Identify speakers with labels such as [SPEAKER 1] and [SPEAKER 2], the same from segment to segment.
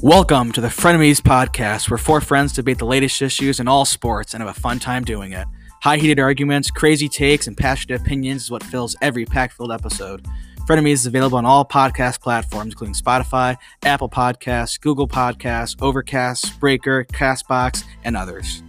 [SPEAKER 1] Welcome to the Frenemies Podcast, where four friends debate the latest issues in all sports and have a fun time doing it. High heated arguments, crazy takes, and passionate opinions is what fills every pack filled episode. Frenemies is available on all podcast platforms, including Spotify, Apple Podcasts, Google Podcasts, Overcast, Breaker, Castbox, and others.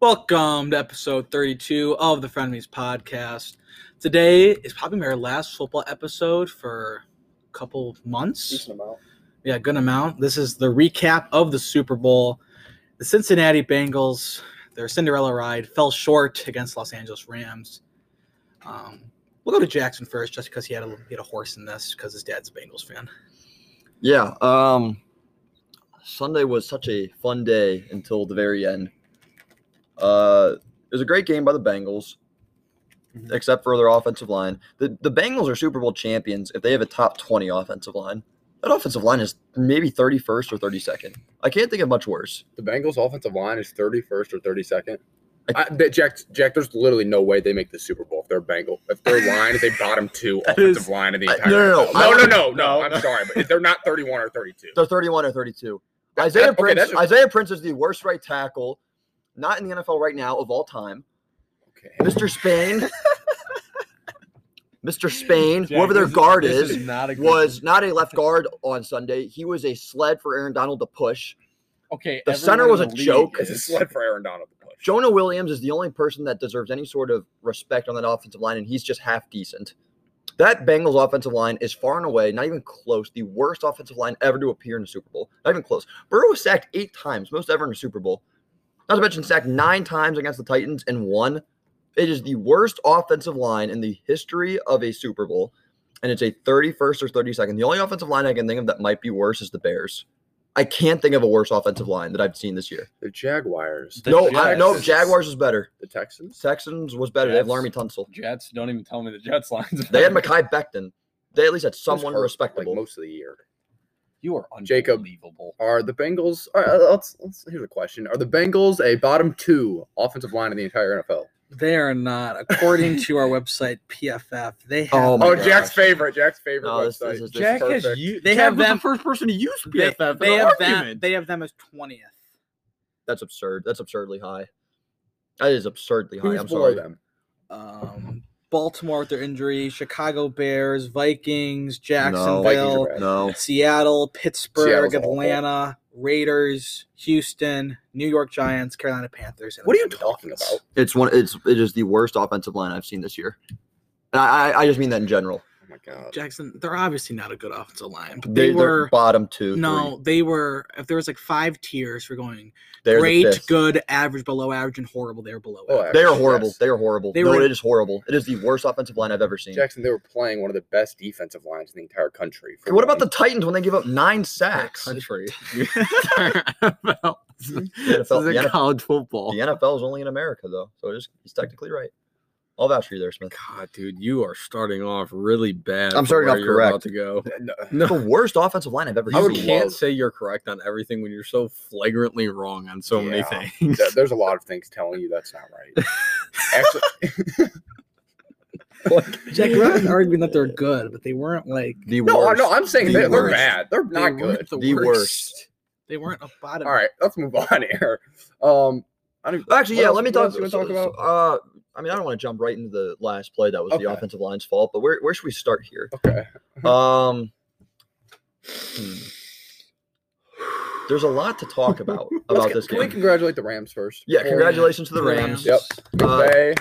[SPEAKER 1] Welcome to episode 32 of the Frenemies Podcast. Today is probably my last football episode for a couple months.
[SPEAKER 2] Decent amount.
[SPEAKER 1] Yeah, good amount. This is the recap of the Super Bowl. The Cincinnati Bengals, their Cinderella ride, fell short against Los Angeles Rams. Um, we'll go to Jackson first, just because he had a he had a horse in this, because his dad's a Bengals fan.
[SPEAKER 2] Yeah. Um, Sunday was such a fun day until the very end. Uh, it was a great game by the Bengals,
[SPEAKER 1] Mhm.
[SPEAKER 2] except for their offensive line. The the Bengals are Super Bowl champions if they have a top twenty offensive line. That offensive line is maybe thirty first or thirty second. I can't think of much worse.
[SPEAKER 3] The Bengals' offensive line is 31st or 32nd.
[SPEAKER 2] I-
[SPEAKER 3] I, that- Jack, Jack, there's literally no way they make the Super Bowl if they're Bengal. If their line is a bottom two
[SPEAKER 1] That
[SPEAKER 3] offensive
[SPEAKER 1] is-
[SPEAKER 3] line in the
[SPEAKER 2] I-
[SPEAKER 3] entire
[SPEAKER 2] no, no, no.
[SPEAKER 3] NFL. no,
[SPEAKER 2] I-
[SPEAKER 3] no, no,
[SPEAKER 2] no,
[SPEAKER 3] no,
[SPEAKER 2] no.
[SPEAKER 3] I'm sorry, but they're not 31 or 32.
[SPEAKER 2] They're thirty one or thirty two. Isaiah
[SPEAKER 3] that- okay,
[SPEAKER 2] Prince.
[SPEAKER 3] that's just-
[SPEAKER 2] Isaiah Prince is the worst right tackle, not in the NFL right now of all time.
[SPEAKER 3] Okay.
[SPEAKER 2] Mr. Spain. Mr. Spain,
[SPEAKER 1] Jack,
[SPEAKER 2] whoever their
[SPEAKER 1] this
[SPEAKER 2] guard
[SPEAKER 1] this
[SPEAKER 2] is,
[SPEAKER 1] not a good-
[SPEAKER 2] was not a left guard on Sunday. He was a sled for Aaron Donald to push.
[SPEAKER 1] okay.
[SPEAKER 2] the
[SPEAKER 1] everyone
[SPEAKER 2] center
[SPEAKER 1] in
[SPEAKER 2] was
[SPEAKER 1] the
[SPEAKER 2] a
[SPEAKER 1] league
[SPEAKER 2] joke.
[SPEAKER 3] It's a
[SPEAKER 1] is-
[SPEAKER 3] sled for Aaron Donald to push.
[SPEAKER 2] Jonah Williams is the only person that deserves any sort of respect on that offensive line, and he's just half decent. That Bengals offensive line is far and away, not even close, the worst offensive line ever to appear in a Super Bowl. Not even close. Burrow was sacked eight times, most ever in a Super Bowl. Not to mention sacked nine times against the Titans and one. It is the worst offensive line in the history of a Super Bowl, and it's a 31st or 32nd. The only offensive line I can think of that might be worse is the Bears. I can't think of a worse offensive line that I've seen this year.
[SPEAKER 3] The Jaguars.
[SPEAKER 1] The
[SPEAKER 2] no, I, no,
[SPEAKER 3] Jags.
[SPEAKER 2] Jaguars is better.
[SPEAKER 3] The Texans.
[SPEAKER 2] Texans was better. They had Laramie Tunsil.
[SPEAKER 4] Jets. Don't even tell me the Jets lines.
[SPEAKER 2] They had Makai Becton. They at least had someone
[SPEAKER 3] Who's hurt,
[SPEAKER 2] respectable.
[SPEAKER 3] Like most of the year.
[SPEAKER 4] you are
[SPEAKER 3] Jacob.
[SPEAKER 4] unbelievable.
[SPEAKER 3] Are the Bengals. All right, uh, let's, let's, here's a question Are the Bengals a bottom two offensive line in the entire NFL?
[SPEAKER 1] They are not, according to our website PFF. They have.
[SPEAKER 2] Oh my
[SPEAKER 3] Oh,
[SPEAKER 2] gosh.
[SPEAKER 3] Jack's favorite. Jack's favorite
[SPEAKER 2] No, this-
[SPEAKER 3] website.
[SPEAKER 2] this is- this
[SPEAKER 4] Jack has
[SPEAKER 3] perfect.
[SPEAKER 4] you.
[SPEAKER 1] They have them-
[SPEAKER 4] the first person to use
[SPEAKER 1] They,
[SPEAKER 4] PFF. for
[SPEAKER 1] they
[SPEAKER 4] their
[SPEAKER 1] have them.
[SPEAKER 4] argument.
[SPEAKER 1] They have them as twentieth.
[SPEAKER 2] That's absurd. That's absurdly high. That is absurdly high.
[SPEAKER 3] Who's
[SPEAKER 2] I'm
[SPEAKER 3] below
[SPEAKER 2] sorry.
[SPEAKER 3] them?
[SPEAKER 1] Um, Baltimore with their injury, Chicago Bears, Vikings,
[SPEAKER 2] No.
[SPEAKER 3] Vikings
[SPEAKER 1] Jacksonville,
[SPEAKER 3] are bad.
[SPEAKER 2] No.
[SPEAKER 1] Seattle, Pittsburgh,
[SPEAKER 3] Seattle's awful.
[SPEAKER 1] Atlanta, Raiders, Houston, New York Giants, Carolina Panthers. and
[SPEAKER 3] What are you
[SPEAKER 1] Atlanta
[SPEAKER 3] talking
[SPEAKER 1] Falcons.
[SPEAKER 3] about?
[SPEAKER 2] It's one it's it is the worst offensive line I've seen this year. And I I, I just mean that in general.
[SPEAKER 3] Oh my god.
[SPEAKER 1] Jackson, they're obviously not a good offensive line, but they,
[SPEAKER 2] They, are
[SPEAKER 1] were.
[SPEAKER 2] bottom two.
[SPEAKER 1] No, they were. If there was like five tiers for going
[SPEAKER 2] three. They're the
[SPEAKER 1] great,
[SPEAKER 2] fifth.
[SPEAKER 1] good, average, below average, and horrible, they were below
[SPEAKER 3] Oh,
[SPEAKER 1] average.
[SPEAKER 2] They are
[SPEAKER 3] Yes.
[SPEAKER 2] horrible. They are horrible.
[SPEAKER 1] They
[SPEAKER 2] no,
[SPEAKER 1] were-
[SPEAKER 2] it is horrible. It is the worst offensive line I've ever seen.
[SPEAKER 3] Jackson, they were playing one of the best defensive lines in the entire country. for
[SPEAKER 2] what about the
[SPEAKER 3] one.
[SPEAKER 2] Titans when they give up nine sacks? The
[SPEAKER 4] country.
[SPEAKER 2] NFL the NFL
[SPEAKER 4] college football.
[SPEAKER 2] The NFL is only in America though, so it is, he's technically right. I'll vouch for you there, Smith.
[SPEAKER 4] God, dude, you are starting off really bad.
[SPEAKER 2] I'm
[SPEAKER 4] for
[SPEAKER 2] starting
[SPEAKER 4] where
[SPEAKER 2] off
[SPEAKER 4] you're
[SPEAKER 2] correct.
[SPEAKER 4] About to go.
[SPEAKER 3] No,
[SPEAKER 2] The worst offensive line I've ever
[SPEAKER 3] I
[SPEAKER 4] You
[SPEAKER 3] would
[SPEAKER 2] seen.
[SPEAKER 4] can't
[SPEAKER 3] love-
[SPEAKER 4] say you're correct on everything when you're so flagrantly wrong on so many
[SPEAKER 3] Yeah.
[SPEAKER 4] things.
[SPEAKER 3] th- there's a lot of things telling you that's not right. Actually,
[SPEAKER 1] Jack, we're not arguing that they're good, but they weren't like
[SPEAKER 2] The
[SPEAKER 3] no, I-
[SPEAKER 2] worst.
[SPEAKER 3] no, I'm saying
[SPEAKER 2] The
[SPEAKER 3] they, they're
[SPEAKER 2] worst.
[SPEAKER 3] bad. They're not
[SPEAKER 1] they weren't
[SPEAKER 3] good.
[SPEAKER 1] The,
[SPEAKER 2] The
[SPEAKER 1] worst.
[SPEAKER 2] worst.
[SPEAKER 1] They weren't a bottom.
[SPEAKER 3] All right, let's move on here. Um, I don't,
[SPEAKER 2] Actually,
[SPEAKER 3] what
[SPEAKER 2] yeah.
[SPEAKER 3] else-
[SPEAKER 2] Let me
[SPEAKER 3] what
[SPEAKER 2] talk.
[SPEAKER 3] else you wanna talk
[SPEAKER 2] so- so,
[SPEAKER 3] about.
[SPEAKER 2] Uh, I mean, I don't want to jump right into the last play. That was
[SPEAKER 3] Okay.
[SPEAKER 2] the offensive line's fault. But where where should we start here?
[SPEAKER 3] Okay.
[SPEAKER 2] Um, hmm. there's a lot to talk about
[SPEAKER 3] Let's
[SPEAKER 2] about
[SPEAKER 3] get-
[SPEAKER 2] this
[SPEAKER 3] can we
[SPEAKER 2] game.
[SPEAKER 3] congratulate the Rams first?
[SPEAKER 2] Yeah,
[SPEAKER 3] Before-
[SPEAKER 2] congratulations to the Rams.
[SPEAKER 3] Yep.
[SPEAKER 2] Uh,
[SPEAKER 3] McVay,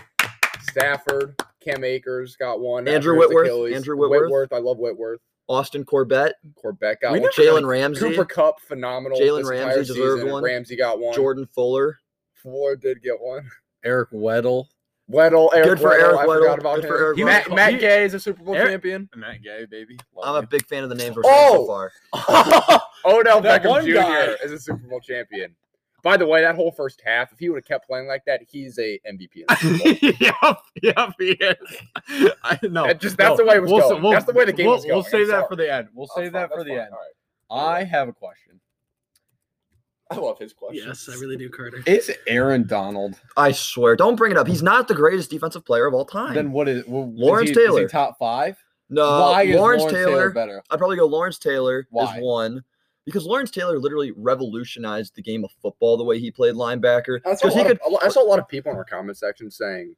[SPEAKER 3] Stafford, Cam Akers got one.
[SPEAKER 2] Andrew
[SPEAKER 3] after his
[SPEAKER 2] Whitworth,
[SPEAKER 3] Achilles.
[SPEAKER 2] Andrew Whitworth.
[SPEAKER 3] I love Whitworth.
[SPEAKER 2] Austin Corbett,
[SPEAKER 3] Corbett got
[SPEAKER 4] We
[SPEAKER 3] one.
[SPEAKER 4] never
[SPEAKER 2] Jalen Ramsey,
[SPEAKER 3] Cooper Cup, phenomenal.
[SPEAKER 2] Jalen
[SPEAKER 3] this
[SPEAKER 2] Ramsey
[SPEAKER 3] entire
[SPEAKER 2] deserved
[SPEAKER 3] season.
[SPEAKER 2] one.
[SPEAKER 3] Ramsey got one.
[SPEAKER 2] Jordan Fuller.
[SPEAKER 3] Floyd did get one.
[SPEAKER 4] Eric Weddle.
[SPEAKER 3] Weddle, Eric
[SPEAKER 2] Good for
[SPEAKER 3] Weddle,
[SPEAKER 2] Eric
[SPEAKER 3] I
[SPEAKER 2] Weddle.
[SPEAKER 3] forgot about
[SPEAKER 2] Good
[SPEAKER 3] him.
[SPEAKER 2] for Eric
[SPEAKER 4] He-
[SPEAKER 3] Matt,
[SPEAKER 4] Weddle.
[SPEAKER 3] Matt
[SPEAKER 4] he-
[SPEAKER 3] Gay is a Super Bowl
[SPEAKER 4] Eric-
[SPEAKER 3] champion.
[SPEAKER 4] Matt Gay, baby.
[SPEAKER 2] I'm a big fan of the names we're
[SPEAKER 3] Oh!
[SPEAKER 2] seeing so far.
[SPEAKER 3] Odell
[SPEAKER 4] That
[SPEAKER 3] Beckham
[SPEAKER 4] one
[SPEAKER 3] Jr.
[SPEAKER 4] guy.
[SPEAKER 3] is a Super Bowl champion. By the way, that whole first half, if he would have kept playing like that, he's a MVP. In the Super Bowl.
[SPEAKER 4] yep, yep, he is. I, no,
[SPEAKER 3] That just- that's
[SPEAKER 4] no,
[SPEAKER 3] the way it was
[SPEAKER 4] we'll,
[SPEAKER 3] going.
[SPEAKER 4] We'll,
[SPEAKER 3] That's the way the game
[SPEAKER 4] we'll,
[SPEAKER 3] was going.
[SPEAKER 4] We'll
[SPEAKER 3] I'm
[SPEAKER 4] save
[SPEAKER 3] sorry.
[SPEAKER 4] that for the end. We'll
[SPEAKER 3] That's
[SPEAKER 4] save that
[SPEAKER 3] fine,
[SPEAKER 4] for
[SPEAKER 3] that's fine.
[SPEAKER 4] the end.
[SPEAKER 3] All right.
[SPEAKER 4] I have a question.
[SPEAKER 3] I love his question.
[SPEAKER 1] Yes, I really do, Carter.
[SPEAKER 4] Is Aaron Donald?
[SPEAKER 2] I swear, don't bring it up. He's not the greatest defensive player of all time.
[SPEAKER 4] Then what is well,
[SPEAKER 2] Lawrence
[SPEAKER 4] is he, is he
[SPEAKER 2] Taylor.
[SPEAKER 4] top five?
[SPEAKER 2] No,
[SPEAKER 3] Why is
[SPEAKER 2] Lawrence, Taylor.
[SPEAKER 3] better?
[SPEAKER 2] I'd probably go Lawrence Taylor
[SPEAKER 3] Why?
[SPEAKER 2] is one because Lawrence Taylor literally revolutionized the game of football the way he played linebacker.
[SPEAKER 3] I saw, a
[SPEAKER 2] Because he
[SPEAKER 3] lot
[SPEAKER 2] could.
[SPEAKER 3] of, a lot- I saw a lot of people in our comment section saying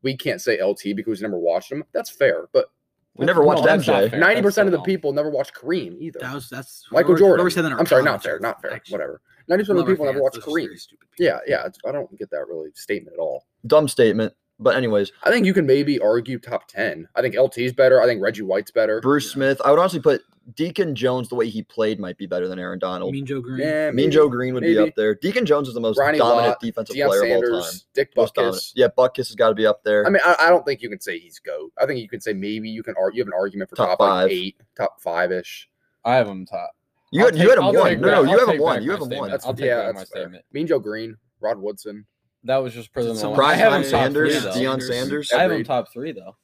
[SPEAKER 3] we can't say LT because we never watched him. That's fair, but
[SPEAKER 2] We never watched
[SPEAKER 4] that's not
[SPEAKER 2] MJ.
[SPEAKER 4] fair.
[SPEAKER 3] ninety percent of the
[SPEAKER 4] That's
[SPEAKER 3] people never watched Kareem either.
[SPEAKER 1] That was that's
[SPEAKER 3] Michael
[SPEAKER 1] whoever-
[SPEAKER 3] Jordan.
[SPEAKER 1] whoever said that in our
[SPEAKER 3] I'm sorry, not
[SPEAKER 1] comments
[SPEAKER 3] fair,
[SPEAKER 1] are
[SPEAKER 3] not fair,
[SPEAKER 1] actually-
[SPEAKER 3] whatever. Ninety percent of the
[SPEAKER 1] Love
[SPEAKER 3] people
[SPEAKER 1] our
[SPEAKER 3] never
[SPEAKER 1] fans,
[SPEAKER 3] watched
[SPEAKER 1] those are
[SPEAKER 3] Kareem.
[SPEAKER 1] very stupid people.
[SPEAKER 3] Yeah, yeah. It's, I don't get that really statement at all.
[SPEAKER 2] Dumb statement, but anyways,
[SPEAKER 3] I think you can maybe argue top ten. I think LT's better. I think Reggie White's better.
[SPEAKER 2] Bruce
[SPEAKER 1] Yeah.
[SPEAKER 2] Smith. I would honestly put Deacon Jones the way he played might be better than Aaron Donald.
[SPEAKER 1] Mean Joe Green.
[SPEAKER 3] Yeah,
[SPEAKER 2] mean
[SPEAKER 3] maybe.
[SPEAKER 2] Joe Green would be
[SPEAKER 3] maybe.
[SPEAKER 2] up there. Deacon Jones is the most
[SPEAKER 3] Ronnie
[SPEAKER 2] dominant
[SPEAKER 3] Lott,
[SPEAKER 2] defensive
[SPEAKER 3] Deion
[SPEAKER 2] player of all time.
[SPEAKER 3] Sanders, Dick
[SPEAKER 2] Most dominant.
[SPEAKER 3] Buckus.
[SPEAKER 2] Yeah, Buckus has got to be up there.
[SPEAKER 3] I mean, I, I don't think you can say he's goat. I think you can say maybe you can argue. You have an argument for
[SPEAKER 2] Top
[SPEAKER 3] top,
[SPEAKER 2] five.
[SPEAKER 3] like eight, top five ish.
[SPEAKER 4] I have him top.
[SPEAKER 2] you
[SPEAKER 4] I'll
[SPEAKER 2] had, you
[SPEAKER 4] take-
[SPEAKER 2] had him
[SPEAKER 4] I'll
[SPEAKER 2] one.
[SPEAKER 4] take
[SPEAKER 2] No,
[SPEAKER 4] back-
[SPEAKER 2] no,
[SPEAKER 4] I'll
[SPEAKER 2] you have him
[SPEAKER 4] take
[SPEAKER 2] one.
[SPEAKER 4] back
[SPEAKER 2] You
[SPEAKER 4] my
[SPEAKER 2] have him one.
[SPEAKER 4] statement.
[SPEAKER 3] That's
[SPEAKER 4] I'll take
[SPEAKER 3] yeah,
[SPEAKER 4] back my
[SPEAKER 3] that's fair.
[SPEAKER 4] statement.
[SPEAKER 3] Mean Joe Green, Rod Woodson.
[SPEAKER 4] That was just prison.
[SPEAKER 1] Some
[SPEAKER 2] Prime
[SPEAKER 1] I have
[SPEAKER 2] time
[SPEAKER 1] him top three,
[SPEAKER 2] Sanders,
[SPEAKER 1] though.
[SPEAKER 2] Deion Sanders,
[SPEAKER 4] I have him
[SPEAKER 3] Agreed.
[SPEAKER 4] top three though.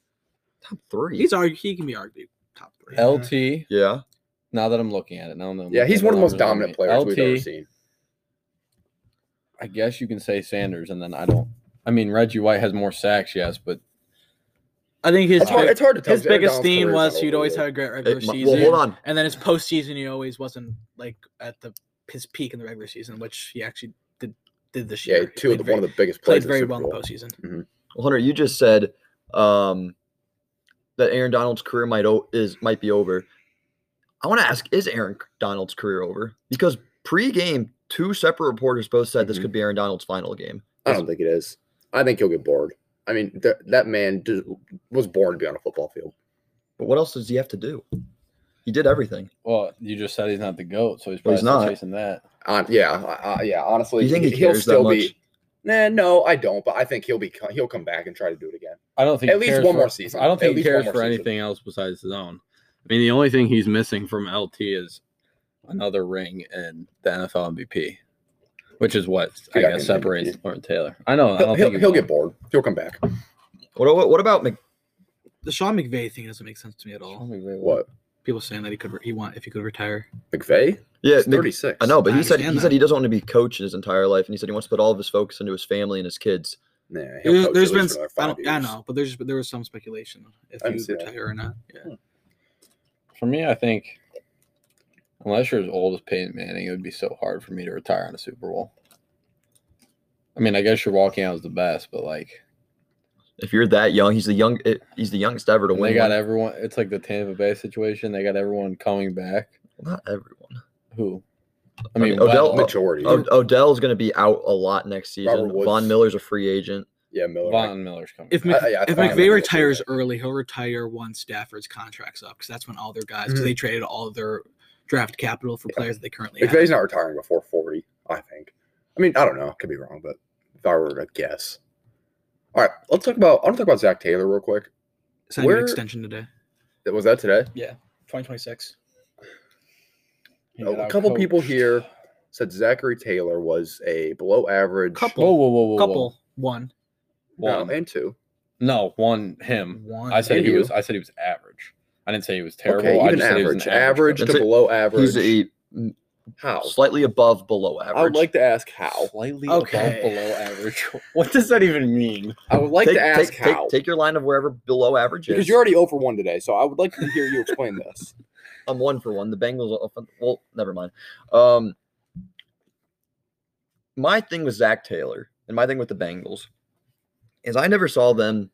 [SPEAKER 2] top three.
[SPEAKER 1] He's argu- he can be argued top three.
[SPEAKER 4] LT.
[SPEAKER 2] yeah,
[SPEAKER 4] Now that I'm looking at it, now I'm
[SPEAKER 3] Yeah, he's one of the most dominant players
[SPEAKER 4] LT,
[SPEAKER 3] we've ever seen.
[SPEAKER 4] I guess you can say Sanders, and then I don't. I mean, Reggie White has more sacks, yes, but
[SPEAKER 1] I think his
[SPEAKER 3] It's hard,
[SPEAKER 1] big-
[SPEAKER 3] it's hard to tell.
[SPEAKER 1] his
[SPEAKER 3] Aaron
[SPEAKER 1] biggest
[SPEAKER 3] Donald's
[SPEAKER 1] theme
[SPEAKER 3] career's
[SPEAKER 1] was
[SPEAKER 3] not
[SPEAKER 1] he'd
[SPEAKER 3] over
[SPEAKER 1] always
[SPEAKER 3] yet.
[SPEAKER 1] have a great regular
[SPEAKER 2] It-
[SPEAKER 1] season.
[SPEAKER 2] well, hold on.
[SPEAKER 1] And then his postseason, he always wasn't like at the his peak in the regular season, which he actually did did this year.
[SPEAKER 3] Yeah, two of the, one of the biggest
[SPEAKER 1] played
[SPEAKER 3] players.
[SPEAKER 1] very well
[SPEAKER 3] in
[SPEAKER 1] in
[SPEAKER 3] the
[SPEAKER 1] the
[SPEAKER 3] Super Bowl.
[SPEAKER 1] postseason.
[SPEAKER 2] Well, Hunter, you just said um, that Aaron Donald's career might o- is might be over. I want to ask: Is Aaron Donald's career over? Because pre-game, two separate reporters both said this
[SPEAKER 3] Mhm.
[SPEAKER 2] could be Aaron Donald's final game.
[SPEAKER 3] I don't think it is. I think he'll get bored. I mean, th- that man d- was born to be on a football field.
[SPEAKER 2] But what else does he have to do? He did everything.
[SPEAKER 4] well, you just said he's not the goat, so he's
[SPEAKER 2] Well,
[SPEAKER 4] probably
[SPEAKER 2] he's
[SPEAKER 4] still
[SPEAKER 2] not.
[SPEAKER 4] chasing that.
[SPEAKER 3] Uh, yeah, uh, yeah. Honestly,
[SPEAKER 2] You think he
[SPEAKER 3] will
[SPEAKER 2] cares that
[SPEAKER 3] still
[SPEAKER 2] much?
[SPEAKER 3] be. Nah, no, I don't. But I think he'll be. co- He'll come back and try to do it again.
[SPEAKER 4] I don't think
[SPEAKER 3] At
[SPEAKER 4] he
[SPEAKER 3] least
[SPEAKER 4] cares
[SPEAKER 3] one
[SPEAKER 4] for-
[SPEAKER 3] more season.
[SPEAKER 4] I don't
[SPEAKER 3] At
[SPEAKER 4] think he
[SPEAKER 3] least one
[SPEAKER 4] cares
[SPEAKER 3] more
[SPEAKER 4] for
[SPEAKER 3] season.
[SPEAKER 4] anything else besides his own. I mean, the only thing he's missing from LT is another ring and the NFL MVP, which is what I
[SPEAKER 3] Yeah,
[SPEAKER 4] guess
[SPEAKER 3] I mean,
[SPEAKER 4] separates Lawrence Taylor. I know. I
[SPEAKER 3] He'll,
[SPEAKER 4] don't
[SPEAKER 3] he'll,
[SPEAKER 4] think
[SPEAKER 3] he'll get bored. He'll come back.
[SPEAKER 2] What what, what about Mc-
[SPEAKER 1] The Sean McVay thing doesn't make sense to me at all.
[SPEAKER 3] What?
[SPEAKER 1] People saying that he could re- he want if he could retire.
[SPEAKER 3] McVeigh?
[SPEAKER 2] yeah?
[SPEAKER 3] He's
[SPEAKER 2] Mc-
[SPEAKER 3] thirty six.
[SPEAKER 2] I know, but
[SPEAKER 1] I
[SPEAKER 2] he said he
[SPEAKER 1] understand
[SPEAKER 2] said
[SPEAKER 1] that.
[SPEAKER 2] he doesn't want to be coach his entire life, and he said he wants to put all of his focus into his family and his kids.
[SPEAKER 3] Nah, he'll
[SPEAKER 1] There's,
[SPEAKER 3] coach
[SPEAKER 1] there's
[SPEAKER 3] at
[SPEAKER 1] been
[SPEAKER 3] least for another
[SPEAKER 1] I
[SPEAKER 3] five
[SPEAKER 1] don't I
[SPEAKER 3] years.
[SPEAKER 1] know, but there's but there was some speculation if
[SPEAKER 3] I
[SPEAKER 1] he would
[SPEAKER 3] see that.
[SPEAKER 1] retire or not. Yeah.
[SPEAKER 4] For me, I think unless you're as old as Peyton Manning, it would be so hard for me to retire on a Super Bowl. I mean, I guess you're walking out as the best, but like
[SPEAKER 2] If you're that young, he's the young eh, he's the youngest ever to
[SPEAKER 4] they
[SPEAKER 2] win.
[SPEAKER 4] got
[SPEAKER 2] one.
[SPEAKER 4] everyone. It's like the Tampa Bay situation. They got everyone coming back.
[SPEAKER 2] not everyone.
[SPEAKER 4] Who?
[SPEAKER 2] I
[SPEAKER 4] I mean,
[SPEAKER 2] mean, Odell-
[SPEAKER 4] Well,
[SPEAKER 3] Majority.
[SPEAKER 2] O- Odell's going to be out a lot next season.
[SPEAKER 3] Robert Woods.
[SPEAKER 2] Von Miller's a free agent.
[SPEAKER 3] yeah, Miller.
[SPEAKER 4] Von Miller's coming.
[SPEAKER 1] If, Mc,
[SPEAKER 4] back.
[SPEAKER 3] I- yeah, I
[SPEAKER 1] if
[SPEAKER 3] thought about
[SPEAKER 1] McVay
[SPEAKER 3] that.
[SPEAKER 1] retires early, he'll retire once Stafford's contract's up because that's when all their guys because
[SPEAKER 3] Mhm.
[SPEAKER 1] they traded all their draft capital for
[SPEAKER 3] Yeah.
[SPEAKER 1] players that they currently have.
[SPEAKER 3] McVeigh's not retiring before forty. I think. I mean, I don't know. I could be wrong, but if I were to guess. All right, let's talk about. I want to talk about Zach Taylor real quick.
[SPEAKER 1] Signed an
[SPEAKER 3] Where-
[SPEAKER 1] extension today.
[SPEAKER 3] Was that today?
[SPEAKER 1] Yeah, 2026.
[SPEAKER 4] He
[SPEAKER 3] a
[SPEAKER 4] got
[SPEAKER 3] couple people
[SPEAKER 4] outcoached.
[SPEAKER 3] here said Zachary Taylor was a below average
[SPEAKER 1] Couple.
[SPEAKER 4] Whoa, whoa, whoa, whoa,
[SPEAKER 1] Couple
[SPEAKER 4] whoa.
[SPEAKER 1] one
[SPEAKER 3] No,
[SPEAKER 4] One.
[SPEAKER 3] and two.
[SPEAKER 4] No, one
[SPEAKER 3] Mm.
[SPEAKER 4] him.
[SPEAKER 1] one.
[SPEAKER 4] I said
[SPEAKER 3] and
[SPEAKER 4] he
[SPEAKER 3] you.
[SPEAKER 4] was. I said he was average. I didn't say he was terrible.
[SPEAKER 3] Okay,
[SPEAKER 4] I
[SPEAKER 3] even
[SPEAKER 4] just said he was an
[SPEAKER 3] average, average,
[SPEAKER 2] That's
[SPEAKER 3] to
[SPEAKER 2] it.
[SPEAKER 3] below average.
[SPEAKER 2] He's a
[SPEAKER 3] how?
[SPEAKER 2] slightly above below
[SPEAKER 3] I would
[SPEAKER 2] average.
[SPEAKER 3] like to ask
[SPEAKER 4] How?
[SPEAKER 3] how.
[SPEAKER 4] Slightly
[SPEAKER 1] Okay.
[SPEAKER 4] above below average. What does that even mean?
[SPEAKER 3] I would like
[SPEAKER 2] take,
[SPEAKER 3] to ask
[SPEAKER 2] take,
[SPEAKER 3] how
[SPEAKER 2] Take, take your line of wherever below average
[SPEAKER 3] because
[SPEAKER 2] is.
[SPEAKER 3] you're already over one today. So I would like to hear you explain this.
[SPEAKER 2] I'm one for one. The Bengals. offen- Well, never mind. Um, my thing with Zach Taylor and my thing with the Bengals is I never saw them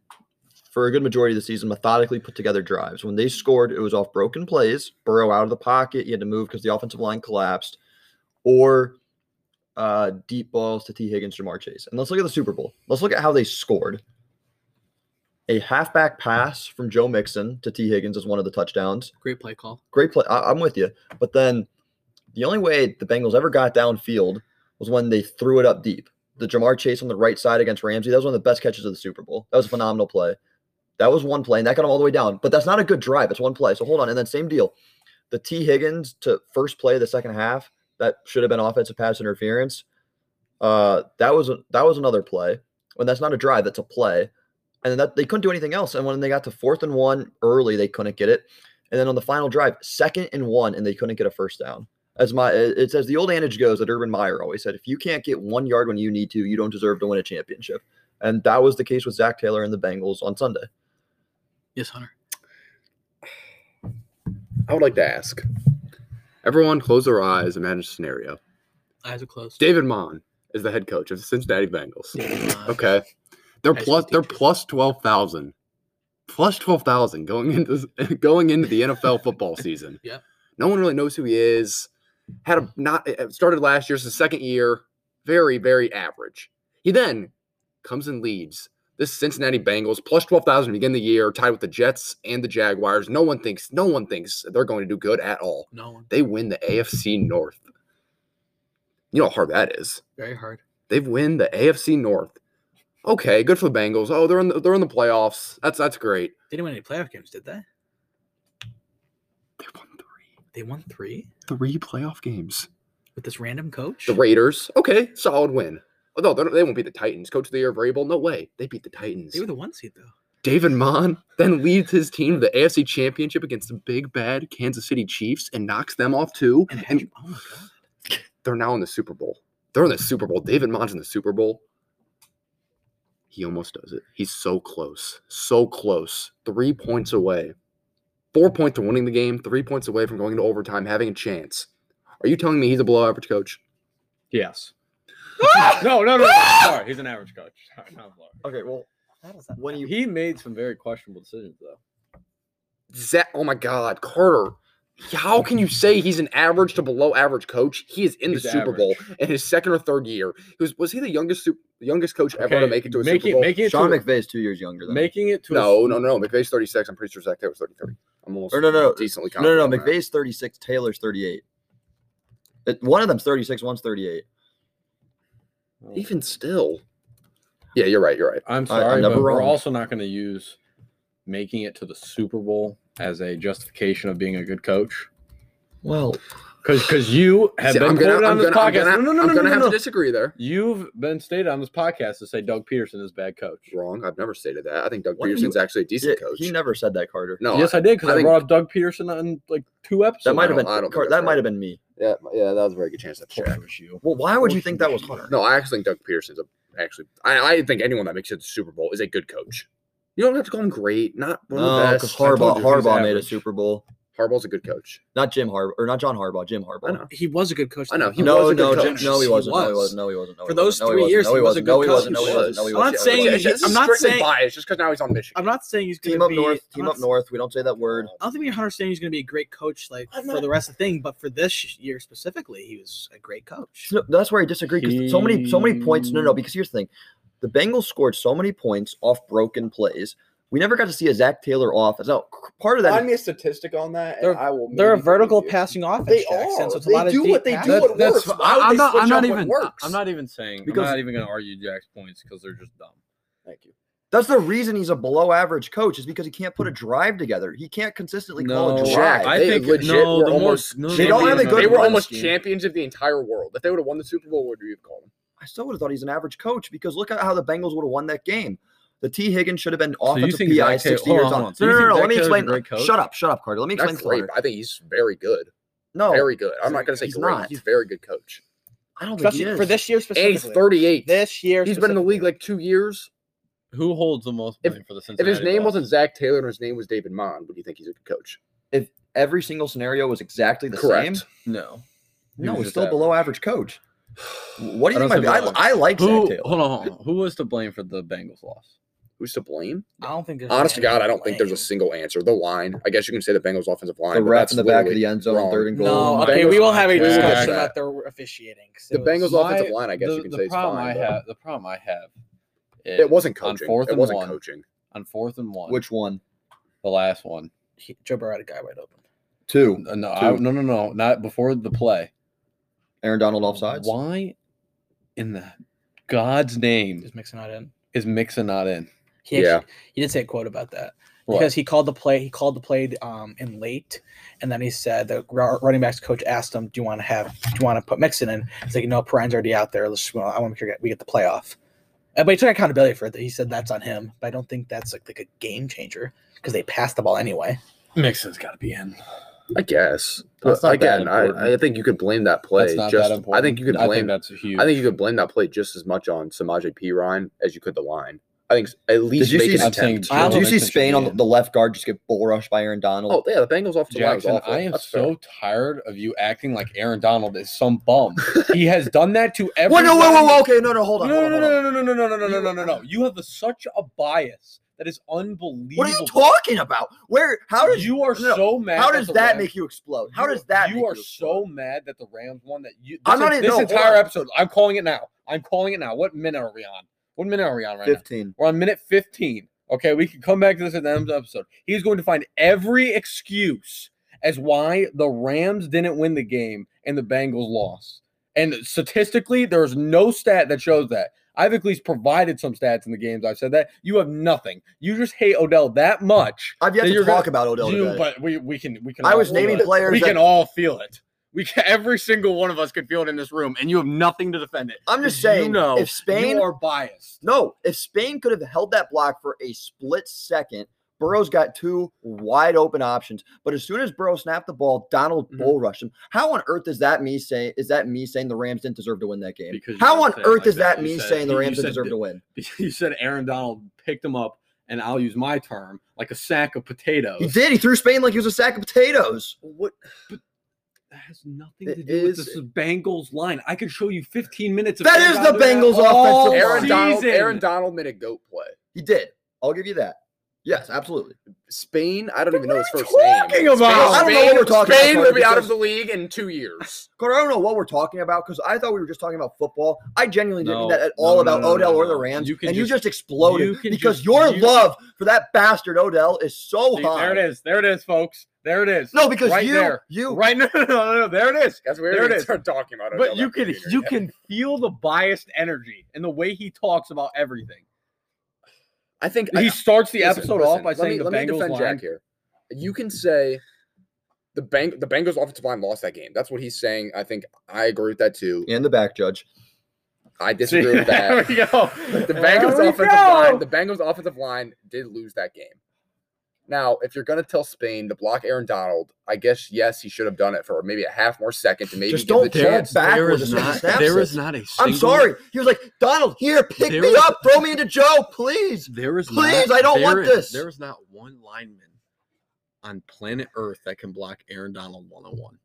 [SPEAKER 2] for a good majority of the season methodically put together drives. When they scored, it was off broken plays. Burrow out of the pocket, you had to move because the offensive line collapsed, or uh, deep balls to T. Higgins, Jamar Chase. And let's look at the Super Bowl. Let's look at how they scored. A halfback pass from Joe Mixon to T. Higgins is one of the touchdowns
[SPEAKER 1] Great play call.
[SPEAKER 2] great play. I, I'm with you. But then the only way the Bengals ever got downfield was when they threw it up deep. The Jamar Chase on the right side against Ramsey, that was one of the best catches of the Super Bowl. That was a phenomenal play. That was one play, and that got him all the way down. But that's not a good drive. It's one play. So hold on. And then same deal. The T. Higgins to first play of the second half, that should have been offensive pass interference. Uh, that was a- that was another play. When that's not a drive, that's a play. And then that they couldn't do anything else. And when they got to fourth and one early, they couldn't get it. And then on the final drive, second and one, and they couldn't get a first down. As my it- it's as the old adage goes that Urban Meyer always said, if you can't get one yard when you need to, you don't deserve to win a championship. And that was the case with Zach Taylor and the Bengals on Sunday.
[SPEAKER 1] Yes, Hunter.
[SPEAKER 3] I would like to ask. Everyone close their eyes, imagine a scenario.
[SPEAKER 5] Eyes are closed.
[SPEAKER 3] David Mon is the head coach of the Cincinnati Bengals.
[SPEAKER 5] Uh,
[SPEAKER 3] Okay. They're
[SPEAKER 5] Nice
[SPEAKER 3] plus they're
[SPEAKER 5] teacher.
[SPEAKER 3] plus twelve thousand. Plus twelve thousand going into going into the NFL football season.
[SPEAKER 5] Yep.
[SPEAKER 3] No one really knows who he is. Had a not uh, started last year, it's his second year. Very, very average. He then comes and leads this Cincinnati Bengals plus twelve thousand to begin the year, tied with the Jets and the Jaguars. No one thinks no one thinks they're going to do good at all.
[SPEAKER 5] No one.
[SPEAKER 3] They win the AFC North. You know how hard that is.
[SPEAKER 5] Very hard.
[SPEAKER 3] They've win the AFC North. Okay, good for the Bengals. Oh, they're in the, they're in the playoffs. That's that's great.
[SPEAKER 1] They didn't win any playoff games, did they?
[SPEAKER 3] They won three
[SPEAKER 1] They won three
[SPEAKER 3] three playoff games.
[SPEAKER 1] with this random coach.
[SPEAKER 3] The Raiders. Okay, solid win. Although they don't- they won't beat the Titans. Coach of the year Vrabel. No way. They beat the Titans.
[SPEAKER 1] They were the one seed though.
[SPEAKER 3] David Mon then leads his team to the AFC Championship against the big bad Kansas City Chiefs and knocks them off too.
[SPEAKER 1] And,
[SPEAKER 3] And
[SPEAKER 1] Andrew, oh my god,
[SPEAKER 3] they're now in the Super Bowl. They're in the Super Bowl. David Mon's in the Super Bowl. He almost does it. He's so close. So close. Three points away. Four points from winning the game, three points away from going into overtime, having a chance. Are you telling me he's a below average coach?
[SPEAKER 4] Yes. no, no, no, no. Sorry, he's an average coach. Sorry, not Florida.
[SPEAKER 2] Okay, well, when you
[SPEAKER 4] He made some very questionable decisions, though.
[SPEAKER 3] Zach, oh my God, Carter. How can you say he's an average to below average coach? He is in the
[SPEAKER 4] He's
[SPEAKER 3] Super Bowl in his second or third year. He was was he the youngest sup- youngest coach ever to
[SPEAKER 4] Okay,
[SPEAKER 3] make it to a
[SPEAKER 4] make
[SPEAKER 3] Super
[SPEAKER 4] it-
[SPEAKER 3] Bowl?
[SPEAKER 4] make it to
[SPEAKER 2] Sean
[SPEAKER 4] a-
[SPEAKER 2] McVay is two years younger than
[SPEAKER 4] Making it to
[SPEAKER 3] No,
[SPEAKER 4] a,
[SPEAKER 3] no, no. McVay's 36. I'm pretty sure Zach Taylor was 33. I'm almost
[SPEAKER 2] Or no, no,
[SPEAKER 3] decently
[SPEAKER 2] No, no, no.
[SPEAKER 3] confident on that.
[SPEAKER 2] McVay's 36, Taylor's 38. It- one of them's 36, one's 38.
[SPEAKER 4] no.
[SPEAKER 3] Even still. Yeah, you're right. You're right.
[SPEAKER 4] I'm
[SPEAKER 2] I- I'm
[SPEAKER 4] sorry,
[SPEAKER 2] never
[SPEAKER 4] but we're
[SPEAKER 2] wrong.
[SPEAKER 4] also not going to use making it to the Super Bowl as a justification of being a good coach.
[SPEAKER 2] Well,
[SPEAKER 4] Because because you have
[SPEAKER 3] See,
[SPEAKER 4] been
[SPEAKER 3] I'm gonna,
[SPEAKER 4] quoted on
[SPEAKER 3] I'm
[SPEAKER 4] this
[SPEAKER 3] gonna, I'm
[SPEAKER 4] podcast.
[SPEAKER 3] gonna-
[SPEAKER 4] no, no, no,
[SPEAKER 3] I'm
[SPEAKER 4] no,
[SPEAKER 3] gonna
[SPEAKER 4] no,
[SPEAKER 3] have
[SPEAKER 4] no.
[SPEAKER 3] to disagree there.
[SPEAKER 4] You've been stated on this podcast to say Doug Peterson is a bad coach.
[SPEAKER 3] Wrong. I've never stated that. I think Doug
[SPEAKER 2] Why do you-
[SPEAKER 3] Peterson's actually a
[SPEAKER 2] yeah,
[SPEAKER 3] decent coach.
[SPEAKER 2] he never said that, Carter.
[SPEAKER 3] no,
[SPEAKER 4] yes, I, did because
[SPEAKER 3] I
[SPEAKER 4] I,
[SPEAKER 3] think-
[SPEAKER 4] brought up Doug Peterson on like two episodes.
[SPEAKER 2] That might have
[SPEAKER 3] don't-
[SPEAKER 2] been
[SPEAKER 3] I don't think
[SPEAKER 2] Car-
[SPEAKER 3] that's
[SPEAKER 2] that might
[SPEAKER 3] right.
[SPEAKER 2] have been me.
[SPEAKER 3] yeah, yeah, that was a very good chance. That's
[SPEAKER 4] Of course it was you.
[SPEAKER 2] Well, why would you think that was Hunter?
[SPEAKER 3] No, I actually think Doug Peterson's a actually. I, I think anyone that makes it to the Super Bowl is a good coach. You don't have to call him great. Not one of the
[SPEAKER 2] No, because
[SPEAKER 3] best. I told
[SPEAKER 2] Harbaugh,
[SPEAKER 3] you, he's
[SPEAKER 2] Harbaugh made a
[SPEAKER 3] average.
[SPEAKER 2] Super Bowl.
[SPEAKER 3] Harbaugh's a good coach.
[SPEAKER 2] Not Jim Harbaugh, or not John Harbaugh, Jim Harbaugh.
[SPEAKER 3] I know.
[SPEAKER 1] he was a good coach.
[SPEAKER 3] I know,
[SPEAKER 1] though.
[SPEAKER 3] he
[SPEAKER 2] no,
[SPEAKER 3] was a
[SPEAKER 2] no,
[SPEAKER 3] good
[SPEAKER 2] Jim,
[SPEAKER 3] coach.
[SPEAKER 2] no, he
[SPEAKER 1] He
[SPEAKER 2] wasn't. No, he
[SPEAKER 1] was.
[SPEAKER 2] wasn't. No, he wasn't. No,
[SPEAKER 1] For
[SPEAKER 2] he
[SPEAKER 1] those
[SPEAKER 2] wasn't. No, he
[SPEAKER 1] three
[SPEAKER 2] wasn't.
[SPEAKER 1] years,
[SPEAKER 2] no,
[SPEAKER 1] he was a
[SPEAKER 2] wasn't. No,
[SPEAKER 1] good
[SPEAKER 2] he wasn't. No,
[SPEAKER 1] coach.
[SPEAKER 2] he wasn't. No, he
[SPEAKER 1] I'm not
[SPEAKER 2] wasn't.
[SPEAKER 1] saying
[SPEAKER 2] Yeah,
[SPEAKER 1] he-
[SPEAKER 2] it's just-
[SPEAKER 1] I'm not
[SPEAKER 3] strictly
[SPEAKER 1] saying-
[SPEAKER 3] biased just because now he's on Michigan.
[SPEAKER 1] I'm not saying he's going
[SPEAKER 2] Team
[SPEAKER 1] to
[SPEAKER 2] up
[SPEAKER 1] be
[SPEAKER 2] north.
[SPEAKER 1] I'm
[SPEAKER 2] Team
[SPEAKER 1] not Oh,
[SPEAKER 2] up north. We don't say that word.
[SPEAKER 1] I don't think you're 100 saying he's going to be a great coach like
[SPEAKER 3] I'm
[SPEAKER 1] for
[SPEAKER 3] not-
[SPEAKER 1] the rest of the thing, but for this sh- year specifically, he was a great coach.
[SPEAKER 2] No, that's where I disagree because so many so many points. No, no, because here's the thing: the Bengals scored so many points off broken plays. We never got to see a Zach Taylor off. Now, c- part of that.
[SPEAKER 3] Find
[SPEAKER 2] is-
[SPEAKER 3] me a statistic on that.
[SPEAKER 1] They're-
[SPEAKER 3] and I will
[SPEAKER 1] They're a
[SPEAKER 3] maybe
[SPEAKER 1] vertical
[SPEAKER 3] believe you.
[SPEAKER 1] passing offense.
[SPEAKER 3] They
[SPEAKER 1] Jackson,
[SPEAKER 3] are.
[SPEAKER 1] so it's a
[SPEAKER 3] They
[SPEAKER 1] lot of
[SPEAKER 3] do
[SPEAKER 1] deep
[SPEAKER 3] what they do.
[SPEAKER 1] passes.
[SPEAKER 3] That's- what that's- works. Why would I'm they not- switch I'm not up what
[SPEAKER 4] even.
[SPEAKER 3] even- works?
[SPEAKER 4] I'm not even saying.
[SPEAKER 2] Because-
[SPEAKER 4] I'm not even going to argue Jack's points because they're just dumb.
[SPEAKER 3] Thank you.
[SPEAKER 2] That's the reason he's a below average coach is because he can't put a drive together. He can't consistently call a
[SPEAKER 4] No,
[SPEAKER 2] drive.
[SPEAKER 4] I
[SPEAKER 3] They
[SPEAKER 4] think
[SPEAKER 3] legit
[SPEAKER 4] no,
[SPEAKER 3] were
[SPEAKER 4] the
[SPEAKER 3] almost-
[SPEAKER 4] more, no,
[SPEAKER 2] They
[SPEAKER 4] no,
[SPEAKER 2] don't
[SPEAKER 4] no,
[SPEAKER 2] have a
[SPEAKER 4] no,
[SPEAKER 2] good
[SPEAKER 3] They were
[SPEAKER 2] run
[SPEAKER 3] almost
[SPEAKER 4] scheme.
[SPEAKER 3] champions of the entire world. If they would have won the Super Bowl, what would you have called them?
[SPEAKER 2] I still would have thought he's an average coach because look at how the Bengals would have won that game. The T. Higgins should have been
[SPEAKER 4] So you
[SPEAKER 2] offensive
[SPEAKER 4] think
[SPEAKER 2] PI
[SPEAKER 4] Zach Taylor-
[SPEAKER 2] 60
[SPEAKER 4] hold
[SPEAKER 2] years
[SPEAKER 4] on, hold
[SPEAKER 2] on.
[SPEAKER 4] on. So
[SPEAKER 2] No,
[SPEAKER 4] you
[SPEAKER 2] no, no, no.
[SPEAKER 4] think
[SPEAKER 2] Let
[SPEAKER 4] Zach
[SPEAKER 2] me
[SPEAKER 4] Tayller's a
[SPEAKER 2] explain.
[SPEAKER 4] great coach?
[SPEAKER 2] Shut up, shut up, Carter. Let me explain.
[SPEAKER 3] Not
[SPEAKER 2] this
[SPEAKER 3] great.
[SPEAKER 2] later.
[SPEAKER 3] but I think he's very good.
[SPEAKER 2] No,
[SPEAKER 3] very good. I'm not
[SPEAKER 2] Zach-
[SPEAKER 3] going to say
[SPEAKER 2] Oh, he's
[SPEAKER 3] great.
[SPEAKER 2] not.
[SPEAKER 3] He's a very good coach.
[SPEAKER 2] I don't think he
[SPEAKER 1] Especially
[SPEAKER 2] is.
[SPEAKER 1] for this year
[SPEAKER 3] And he's
[SPEAKER 1] specifically.
[SPEAKER 3] 38.
[SPEAKER 1] This year,
[SPEAKER 3] He's been in the league
[SPEAKER 1] specifically.
[SPEAKER 3] like two years.
[SPEAKER 4] Who holds the most
[SPEAKER 3] If-
[SPEAKER 4] blame for the
[SPEAKER 3] If
[SPEAKER 4] Cincinnati?
[SPEAKER 3] his name
[SPEAKER 4] Bengals?
[SPEAKER 3] wasn't Zach Taylor and his name was David Mon, would you think he's a good coach?
[SPEAKER 2] Every single scenario was exactly the
[SPEAKER 3] Correct.
[SPEAKER 2] same.
[SPEAKER 4] no, He
[SPEAKER 2] No,
[SPEAKER 4] was
[SPEAKER 2] he's
[SPEAKER 4] just
[SPEAKER 2] still
[SPEAKER 4] average.
[SPEAKER 2] below average coach. What do you think?
[SPEAKER 4] I don't
[SPEAKER 2] might
[SPEAKER 4] say
[SPEAKER 2] be- I,
[SPEAKER 4] below
[SPEAKER 2] I like
[SPEAKER 4] Who,
[SPEAKER 2] Zach Taylon.
[SPEAKER 4] hold on, hold on. Who was to blame for the Bengals loss?
[SPEAKER 3] Who's to blame?
[SPEAKER 1] I don't think. there's
[SPEAKER 3] Honest to
[SPEAKER 1] any
[SPEAKER 3] God, I don't think there's a
[SPEAKER 1] blame.
[SPEAKER 3] single answer. The line, I guess you can say the Bengals' offensive line.
[SPEAKER 2] The
[SPEAKER 3] but
[SPEAKER 2] ref
[SPEAKER 3] that's
[SPEAKER 2] in the back of
[SPEAKER 3] literally-
[SPEAKER 2] the end zone,
[SPEAKER 3] wrong.
[SPEAKER 2] third and goal.
[SPEAKER 1] No,
[SPEAKER 3] goal.
[SPEAKER 1] okay, we will have a
[SPEAKER 3] We will
[SPEAKER 1] discussion
[SPEAKER 3] get
[SPEAKER 1] about
[SPEAKER 3] that.
[SPEAKER 1] their officiating. 'cause
[SPEAKER 3] The
[SPEAKER 1] it was-
[SPEAKER 3] Bengals' offensive line, I guess
[SPEAKER 4] the,
[SPEAKER 3] you can
[SPEAKER 4] the
[SPEAKER 3] say, is
[SPEAKER 4] problem
[SPEAKER 3] fine.
[SPEAKER 4] I
[SPEAKER 3] though.
[SPEAKER 4] have, the problem I have, is
[SPEAKER 3] It wasn't
[SPEAKER 4] on
[SPEAKER 3] coaching.
[SPEAKER 4] fourth
[SPEAKER 3] It
[SPEAKER 4] and
[SPEAKER 3] wasn't
[SPEAKER 4] one.
[SPEAKER 3] coaching.
[SPEAKER 4] on fourth and one.
[SPEAKER 2] Which one?
[SPEAKER 4] the last one?
[SPEAKER 1] he, Joe Burrow had a guy wide open.
[SPEAKER 2] Two.
[SPEAKER 4] No, I,
[SPEAKER 2] Two.
[SPEAKER 4] no, no, no, not before the play.
[SPEAKER 2] Aaron Donald offsides.
[SPEAKER 4] Why in the God's name
[SPEAKER 1] Is Mixon not in?
[SPEAKER 4] is Mixon not in?
[SPEAKER 1] He actually, he did say a quote about that
[SPEAKER 4] What?
[SPEAKER 1] because he called the play. He called the play um, in late, and then he said the ru- running backs coach asked him, "Do you want to have? Do you want to put Mixon in?" He's like, "No, Parine's already out there. Let's. Well, I want to make sure we get the playoff." Uh, But he took accountability for it. He said that's on him. But I don't think that's like, like a game changer because they passed the ball anyway.
[SPEAKER 4] Mixon's got to be in.
[SPEAKER 3] I guess.
[SPEAKER 4] That's
[SPEAKER 3] But
[SPEAKER 4] not that
[SPEAKER 3] again, I, I
[SPEAKER 4] important.
[SPEAKER 3] think you could blame that play.
[SPEAKER 4] that's not
[SPEAKER 3] just,
[SPEAKER 4] that important.
[SPEAKER 3] I think you could blame.
[SPEAKER 4] that's a huge.
[SPEAKER 3] I think you could blame that play just as much on Samaje P. Ryan as you could the line. I think s- at least
[SPEAKER 2] you
[SPEAKER 3] make
[SPEAKER 2] see
[SPEAKER 3] an
[SPEAKER 2] I'm
[SPEAKER 3] attempt.
[SPEAKER 4] saying
[SPEAKER 2] Did
[SPEAKER 4] Donald
[SPEAKER 2] you see
[SPEAKER 4] Jackson should
[SPEAKER 2] Spain
[SPEAKER 4] be
[SPEAKER 2] on the,
[SPEAKER 4] in.
[SPEAKER 2] the left guard just get bull rushed by Aaron Donald?
[SPEAKER 3] Oh yeah, the Bengals offensive line was
[SPEAKER 4] Jackson,
[SPEAKER 3] awful.
[SPEAKER 4] I am
[SPEAKER 3] That's
[SPEAKER 4] so tired of you acting like Aaron Donald is some bum. he has done that to
[SPEAKER 2] Wait,
[SPEAKER 4] everyone.
[SPEAKER 2] no, wait, wait, wait, okay, no, no, hold on,
[SPEAKER 4] no,
[SPEAKER 2] hold on,
[SPEAKER 4] no,
[SPEAKER 2] hold on.
[SPEAKER 4] no, no, no, no, no, no, no, no, no, no. You have such a bias that is unbelievable.
[SPEAKER 2] What are you talking about? Where? How does
[SPEAKER 4] you are
[SPEAKER 2] no, no.
[SPEAKER 4] so mad?
[SPEAKER 2] how
[SPEAKER 4] that
[SPEAKER 2] does
[SPEAKER 4] the
[SPEAKER 2] that
[SPEAKER 4] Rams-
[SPEAKER 2] make you explode? How
[SPEAKER 4] you-
[SPEAKER 2] does that?
[SPEAKER 4] You
[SPEAKER 2] make
[SPEAKER 4] are
[SPEAKER 2] explode?
[SPEAKER 4] so mad that the Rams won that you. This,
[SPEAKER 2] I'm not
[SPEAKER 4] en-
[SPEAKER 2] even-
[SPEAKER 4] this
[SPEAKER 2] no, hold
[SPEAKER 4] entire
[SPEAKER 2] on.
[SPEAKER 4] episode. I'm calling it now. I'm calling it now. What minute are we on? What minute are we on right now?
[SPEAKER 2] fifteen.
[SPEAKER 4] We're on minute 15. Okay, we can come back to this at the end of the episode. He's going to find every excuse as why the Rams didn't win the game and the Bengals lost. And statistically, there's no stat that shows that. I've at least provided some stats in the games. I've said that. You have nothing. You just hate Odell that much.
[SPEAKER 2] I've yet
[SPEAKER 4] that
[SPEAKER 2] to
[SPEAKER 4] you're
[SPEAKER 2] talk
[SPEAKER 4] gonna-
[SPEAKER 2] about Odell
[SPEAKER 4] You-
[SPEAKER 2] today.
[SPEAKER 4] but we, we can we can.
[SPEAKER 2] I
[SPEAKER 4] all
[SPEAKER 2] was
[SPEAKER 4] feel
[SPEAKER 2] naming
[SPEAKER 4] it.
[SPEAKER 2] players
[SPEAKER 4] We
[SPEAKER 2] that-
[SPEAKER 4] can all feel it. We can, every single one of us can feel it in this room, and you have nothing to defend it.
[SPEAKER 2] I'm just
[SPEAKER 4] Because
[SPEAKER 2] saying,
[SPEAKER 4] you know,
[SPEAKER 2] if Spain,
[SPEAKER 4] you are biased.
[SPEAKER 2] no, if Spain could have held that block for a split second, Burrow's got two wide open options. But as soon as Burrow snapped the ball, Donald
[SPEAKER 4] Mhm.
[SPEAKER 2] bull rushed him. How on earth is that me saying? Is that me saying the Rams didn't deserve to win that game?
[SPEAKER 4] Because you
[SPEAKER 2] How
[SPEAKER 4] didn't
[SPEAKER 2] on
[SPEAKER 4] say it
[SPEAKER 2] earth
[SPEAKER 4] like
[SPEAKER 2] is
[SPEAKER 4] that.
[SPEAKER 2] that,
[SPEAKER 4] You
[SPEAKER 2] me
[SPEAKER 4] said-
[SPEAKER 2] saying the
[SPEAKER 4] you- you
[SPEAKER 2] Rams
[SPEAKER 4] said
[SPEAKER 2] didn't deserve
[SPEAKER 4] that-
[SPEAKER 2] to win?
[SPEAKER 4] you said Aaron Donald picked him up, and I'll use my term like a sack of potatoes.
[SPEAKER 2] He did. He threw Spain like he was a sack of potatoes.
[SPEAKER 4] What? But that has nothing
[SPEAKER 2] It
[SPEAKER 4] to do
[SPEAKER 2] is-
[SPEAKER 4] with this Bengals line. I could show you 15 minutes of
[SPEAKER 2] That
[SPEAKER 4] Aaron
[SPEAKER 2] is the
[SPEAKER 4] Donald
[SPEAKER 2] Bengals
[SPEAKER 4] all
[SPEAKER 2] offensive
[SPEAKER 3] Aaron
[SPEAKER 2] line.
[SPEAKER 3] Donald, Aaron
[SPEAKER 4] season.
[SPEAKER 3] Donald made a goat play.
[SPEAKER 2] He did. I'll give you that. Yes, absolutely.
[SPEAKER 3] Spain, I don't
[SPEAKER 4] But
[SPEAKER 3] even know
[SPEAKER 4] what
[SPEAKER 3] his
[SPEAKER 4] are you
[SPEAKER 3] first name.
[SPEAKER 4] talking about?
[SPEAKER 2] I don't know what we're talking
[SPEAKER 3] Spain
[SPEAKER 2] about,
[SPEAKER 3] will be out
[SPEAKER 2] because-
[SPEAKER 3] of the league in two years.
[SPEAKER 2] Carter, I don't know what we're talking about because I thought we were just talking about football. I genuinely didn't mean
[SPEAKER 4] No,
[SPEAKER 2] that at
[SPEAKER 4] no,
[SPEAKER 2] all
[SPEAKER 4] no,
[SPEAKER 2] about
[SPEAKER 4] no, no,
[SPEAKER 2] Odell
[SPEAKER 4] no,
[SPEAKER 2] or the
[SPEAKER 4] no.
[SPEAKER 2] Rams,
[SPEAKER 4] You can
[SPEAKER 2] and you
[SPEAKER 4] just-
[SPEAKER 2] just exploded
[SPEAKER 4] you can
[SPEAKER 2] because
[SPEAKER 4] just-
[SPEAKER 2] your
[SPEAKER 4] you-
[SPEAKER 2] love for that bastard Odell is so
[SPEAKER 4] See,
[SPEAKER 2] high.
[SPEAKER 4] there it is. There it is, folks. There it is.
[SPEAKER 2] No, because
[SPEAKER 4] Right
[SPEAKER 2] you,
[SPEAKER 4] there.
[SPEAKER 2] you,
[SPEAKER 4] Right? No, no, no, no. There it is.
[SPEAKER 3] That's weird.
[SPEAKER 4] There
[SPEAKER 3] There
[SPEAKER 4] it is.
[SPEAKER 3] Start talking about. Odell
[SPEAKER 4] But you
[SPEAKER 3] Beckham
[SPEAKER 4] can
[SPEAKER 3] Jr.
[SPEAKER 4] you
[SPEAKER 3] Yeah.
[SPEAKER 4] can feel the biased energy and the way he talks about everything.
[SPEAKER 3] I think I-
[SPEAKER 4] He starts the
[SPEAKER 3] listen,
[SPEAKER 4] episode
[SPEAKER 3] listen,
[SPEAKER 4] off by
[SPEAKER 3] let
[SPEAKER 4] saying
[SPEAKER 3] me,
[SPEAKER 4] the
[SPEAKER 3] let me
[SPEAKER 4] Bengals
[SPEAKER 3] defend
[SPEAKER 4] line
[SPEAKER 3] Jack here. You can say the Bang the Bengals offensive line lost that game. That's what he's saying. I think I agree with that too.
[SPEAKER 2] in the back, Judge.
[SPEAKER 3] I disagree with
[SPEAKER 4] There
[SPEAKER 3] that.
[SPEAKER 4] we go.
[SPEAKER 3] The
[SPEAKER 4] There
[SPEAKER 3] Bengals
[SPEAKER 4] we
[SPEAKER 3] offensive
[SPEAKER 4] go.
[SPEAKER 3] line, the Bengals offensive line did lose that game. Now, if you're gonna tell Spain to block Aaron Donald, I guess yes, he should have done it for maybe a half more second to maybe
[SPEAKER 2] Just
[SPEAKER 3] give
[SPEAKER 2] don't
[SPEAKER 3] the
[SPEAKER 2] dare
[SPEAKER 3] chance.
[SPEAKER 4] there
[SPEAKER 2] backwards
[SPEAKER 4] is
[SPEAKER 2] as soon as
[SPEAKER 4] not
[SPEAKER 2] he snaps
[SPEAKER 4] there
[SPEAKER 2] it.
[SPEAKER 4] is not a
[SPEAKER 2] I'm
[SPEAKER 4] single-
[SPEAKER 2] sorry. He was like, Donald, here, pick
[SPEAKER 4] There
[SPEAKER 2] me
[SPEAKER 4] is-
[SPEAKER 2] up, throw me into Joe, please.
[SPEAKER 4] There is
[SPEAKER 2] Please,
[SPEAKER 4] not-
[SPEAKER 2] I don't
[SPEAKER 4] there
[SPEAKER 2] want
[SPEAKER 4] is-
[SPEAKER 2] this.
[SPEAKER 4] There is not one lineman on planet Earth that can block Aaron Donald one on one.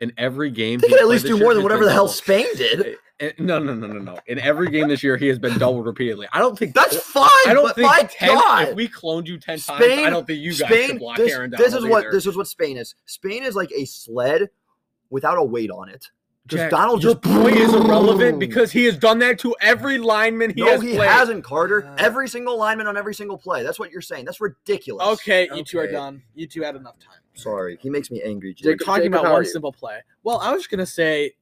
[SPEAKER 4] In every game,
[SPEAKER 2] They
[SPEAKER 4] he's
[SPEAKER 2] could at
[SPEAKER 4] played
[SPEAKER 2] least
[SPEAKER 4] this
[SPEAKER 2] do
[SPEAKER 4] year,
[SPEAKER 2] more than
[SPEAKER 4] he's
[SPEAKER 2] whatever
[SPEAKER 4] been
[SPEAKER 2] the hell
[SPEAKER 4] doubled.
[SPEAKER 2] Spain did.
[SPEAKER 4] Eh, eh, No, no, no, no, no. In every game this year, he has been doubled repeatedly. I don't think
[SPEAKER 2] That's fine.
[SPEAKER 4] I don't
[SPEAKER 2] but
[SPEAKER 4] think
[SPEAKER 2] my
[SPEAKER 4] 10
[SPEAKER 2] God.
[SPEAKER 4] If we cloned you ten times, I
[SPEAKER 2] Spain-
[SPEAKER 4] don't think you guys
[SPEAKER 2] Spain,
[SPEAKER 4] could block
[SPEAKER 2] this,
[SPEAKER 4] Aaron Donald.
[SPEAKER 2] this is what
[SPEAKER 4] either.
[SPEAKER 2] this is what Spain is. Spain is like a sled without a weight on it. Because
[SPEAKER 4] Jack,
[SPEAKER 2] Donald
[SPEAKER 4] your
[SPEAKER 2] just
[SPEAKER 4] point is irrelevant
[SPEAKER 2] boom.
[SPEAKER 4] because he has done that to every lineman he
[SPEAKER 2] no,
[SPEAKER 4] has
[SPEAKER 2] he
[SPEAKER 4] played.
[SPEAKER 2] hasn't, Carter.
[SPEAKER 4] Uh,
[SPEAKER 2] every single lineman on every single play. That's what you're saying. That's ridiculous.
[SPEAKER 1] Okay, you two are
[SPEAKER 3] Okay.
[SPEAKER 1] done. You two had enough time.
[SPEAKER 2] Sorry, he makes me angry.
[SPEAKER 1] We're
[SPEAKER 2] Jake.
[SPEAKER 3] Jacob-
[SPEAKER 1] talking
[SPEAKER 3] Jacob,
[SPEAKER 1] about
[SPEAKER 3] how
[SPEAKER 1] one
[SPEAKER 3] are you?
[SPEAKER 1] simple play. Well, I was just gonna say,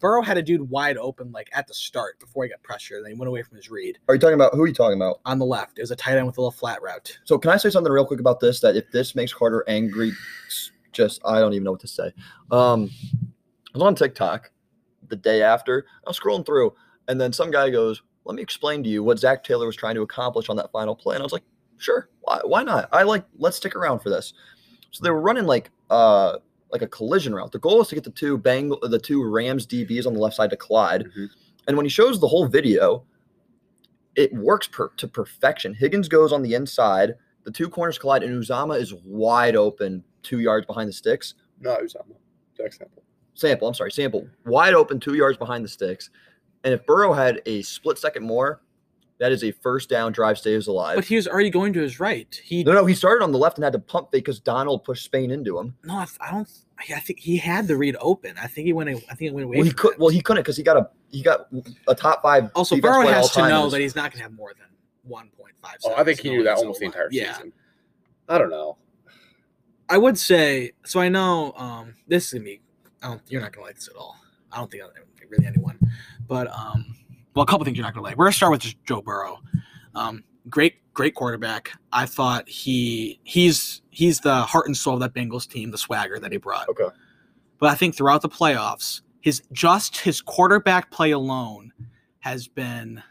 [SPEAKER 1] Burrow had a dude wide open like at the start before he got pressure. Then he went away from his read
[SPEAKER 2] Are you talking about who are you talking about?
[SPEAKER 1] on the left. It was a tight end with a little flat route.
[SPEAKER 2] So can I say something real quick about this? That if this makes Carter angry, s- just I don't even know what to say. Um, I was on TikTok the day after. I was scrolling through, and then some guy goes, "Let me explain to you what Zach Taylor was trying to accomplish on that final play." And I was like, "Sure, why, why not? I like let's stick around for this." So they were running like uh like a collision route. The goal was to get the two bang the two Rams DBs on the left side to collide.
[SPEAKER 3] Mhm.
[SPEAKER 2] And when he shows the whole video, it works per- to perfection. Higgins goes on the inside, the two corners collide, and Uzama is wide open, two yards behind the sticks.
[SPEAKER 3] No, it was Sample. Jack Sample.
[SPEAKER 2] Sample, I'm sorry, Sample, wide open, two yards behind the sticks. And if Burrow had a split second more, that is a first down drive stays alive.
[SPEAKER 1] But he was already going to his right. He
[SPEAKER 2] no, no, he started on the left and had to pump fake because Donald pushed Spain into him.
[SPEAKER 1] no, I, I don't. I think he had the read open. I think he went. I think he went away.
[SPEAKER 2] Well, he
[SPEAKER 1] from
[SPEAKER 2] could.
[SPEAKER 1] it.
[SPEAKER 2] Well, he couldn't because he got a he got a top five.
[SPEAKER 1] also,
[SPEAKER 2] defense
[SPEAKER 1] Burrow
[SPEAKER 2] player all
[SPEAKER 1] has to
[SPEAKER 2] time
[SPEAKER 1] know
[SPEAKER 2] in
[SPEAKER 1] that
[SPEAKER 2] his-
[SPEAKER 1] he's not gonna have more than one point five.
[SPEAKER 3] Oh, I think he knew that almost the entire
[SPEAKER 1] Yeah,
[SPEAKER 3] season. I don't know.
[SPEAKER 1] I would say so. I know um, this is gonna be. I don't, you're not gonna like this at all. I don't think I don't think really anyone. But um, well, a couple things you're not gonna like. We're gonna start with just Joe Burrow. Um, great, great quarterback. I thought he he's he's the heart and soul of that Bengals team, the swagger that he brought.
[SPEAKER 3] Okay.
[SPEAKER 1] But I think throughout the playoffs, his just his quarterback play alone has been.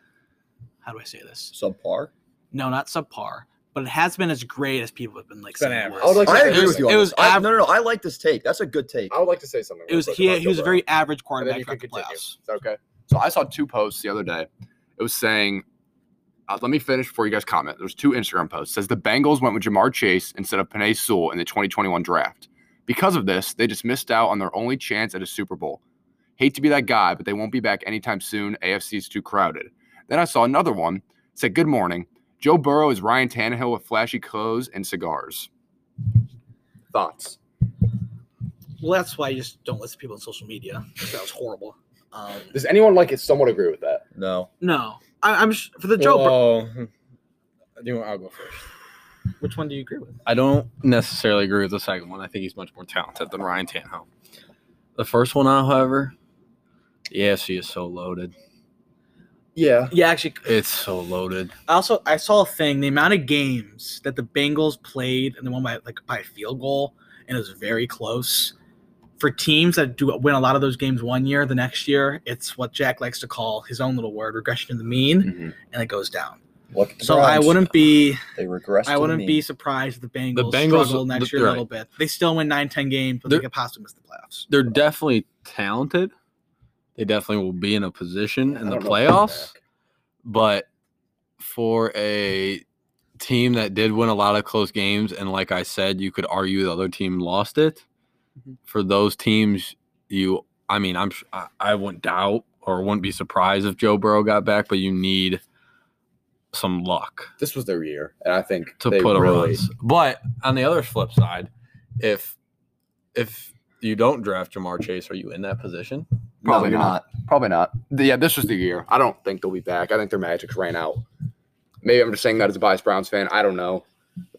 [SPEAKER 1] How do I say this?
[SPEAKER 2] subpar.
[SPEAKER 1] No, not subpar, but it has been as great as people have been like
[SPEAKER 4] It's been
[SPEAKER 1] saying. it was.
[SPEAKER 4] average.
[SPEAKER 3] I would like to
[SPEAKER 2] I
[SPEAKER 3] say-
[SPEAKER 2] agree
[SPEAKER 1] It was-
[SPEAKER 2] with you. on
[SPEAKER 1] it
[SPEAKER 2] this.
[SPEAKER 1] was
[SPEAKER 2] I,
[SPEAKER 1] av-
[SPEAKER 2] no, no, no. I like this take. That's a good take.
[SPEAKER 3] I would like to say something.
[SPEAKER 1] It was
[SPEAKER 3] real quick
[SPEAKER 1] he.
[SPEAKER 3] about
[SPEAKER 1] He was a
[SPEAKER 3] Joe Burrow.
[SPEAKER 1] very average
[SPEAKER 3] And then
[SPEAKER 1] quarterback
[SPEAKER 3] you can
[SPEAKER 1] throughout the
[SPEAKER 3] continue.
[SPEAKER 1] playoffs.
[SPEAKER 3] Is that okay? So I saw two posts the other day. It was saying Uh, let me finish before you guys comment. There's two Instagram posts. It says the Bengals went with Jamar Chase instead of Panay Sewell in the 2021 draft. Because of this, they just missed out on their only chance at a Super Bowl. Hate to be that guy, but they won't be back anytime soon. AFC's too crowded. Then I saw another one. It said, "Good morning. Joe Burrow is Ryan Tannehill with flashy clothes and cigars." Thoughts?
[SPEAKER 1] Well, that's why you just don't listen to people on social media. That was horrible. Um,
[SPEAKER 3] Does anyone like it? Somewhat agree with that.
[SPEAKER 2] No.
[SPEAKER 1] no, I, I'm sh- for the Joe. Bur-
[SPEAKER 4] Whoa. Do hmm, you want- I'll go first.
[SPEAKER 1] Which one do you agree with?
[SPEAKER 4] I don't necessarily agree with the second one. I think he's much more talented than Ryan Tannehill. The first one, however, the AFC is so loaded.
[SPEAKER 3] Yeah.
[SPEAKER 1] Yeah, actually,
[SPEAKER 4] It's so loaded.
[SPEAKER 1] I also I saw a thing. The amount of games that the Bengals played and they won by like by a field goal and it was very close. For teams that do win a lot of those games one year, the next year it's what Jack likes to call his own little word regression to the mean, and it goes down.
[SPEAKER 2] Look at Mm-hmm. the
[SPEAKER 1] So I
[SPEAKER 2] Browns.
[SPEAKER 1] wouldn't be
[SPEAKER 2] They regress.
[SPEAKER 1] I
[SPEAKER 2] to the
[SPEAKER 1] wouldn't be
[SPEAKER 2] mean.
[SPEAKER 1] surprised if the Bengals,
[SPEAKER 5] Bengals-
[SPEAKER 1] struggle next
[SPEAKER 5] the-
[SPEAKER 1] year a
[SPEAKER 5] right.
[SPEAKER 1] little bit. They still win 9, 10 games, but they
[SPEAKER 5] They're-
[SPEAKER 1] could possibly miss the playoffs.
[SPEAKER 5] They're definitely talented. They definitely will be in a position in
[SPEAKER 3] I
[SPEAKER 5] the
[SPEAKER 3] don't know if they're
[SPEAKER 5] playoffs. But for a team that did win a lot of close games, and like I said, you could argue the other team lost it.
[SPEAKER 4] Mm-hmm.
[SPEAKER 1] Mhm.
[SPEAKER 5] For those teams, you, I mean, I'm, s- I, I wouldn't doubt or wouldn't be surprised if Joe Burrow got back, but you need some luck
[SPEAKER 3] This was their year, and I think
[SPEAKER 5] to
[SPEAKER 3] they
[SPEAKER 5] put a
[SPEAKER 3] really-
[SPEAKER 5] runs. But on the other flip side, if if you don't draft Jamar Chase, are you in that position?
[SPEAKER 3] No,
[SPEAKER 2] Probably
[SPEAKER 3] you're
[SPEAKER 2] not.
[SPEAKER 3] Probably not. Th- Yeah, this was the year. I don't think they'll be back. I think their magic's ran out. Maybe I'm just saying that as a biased Browns fan. I don't know,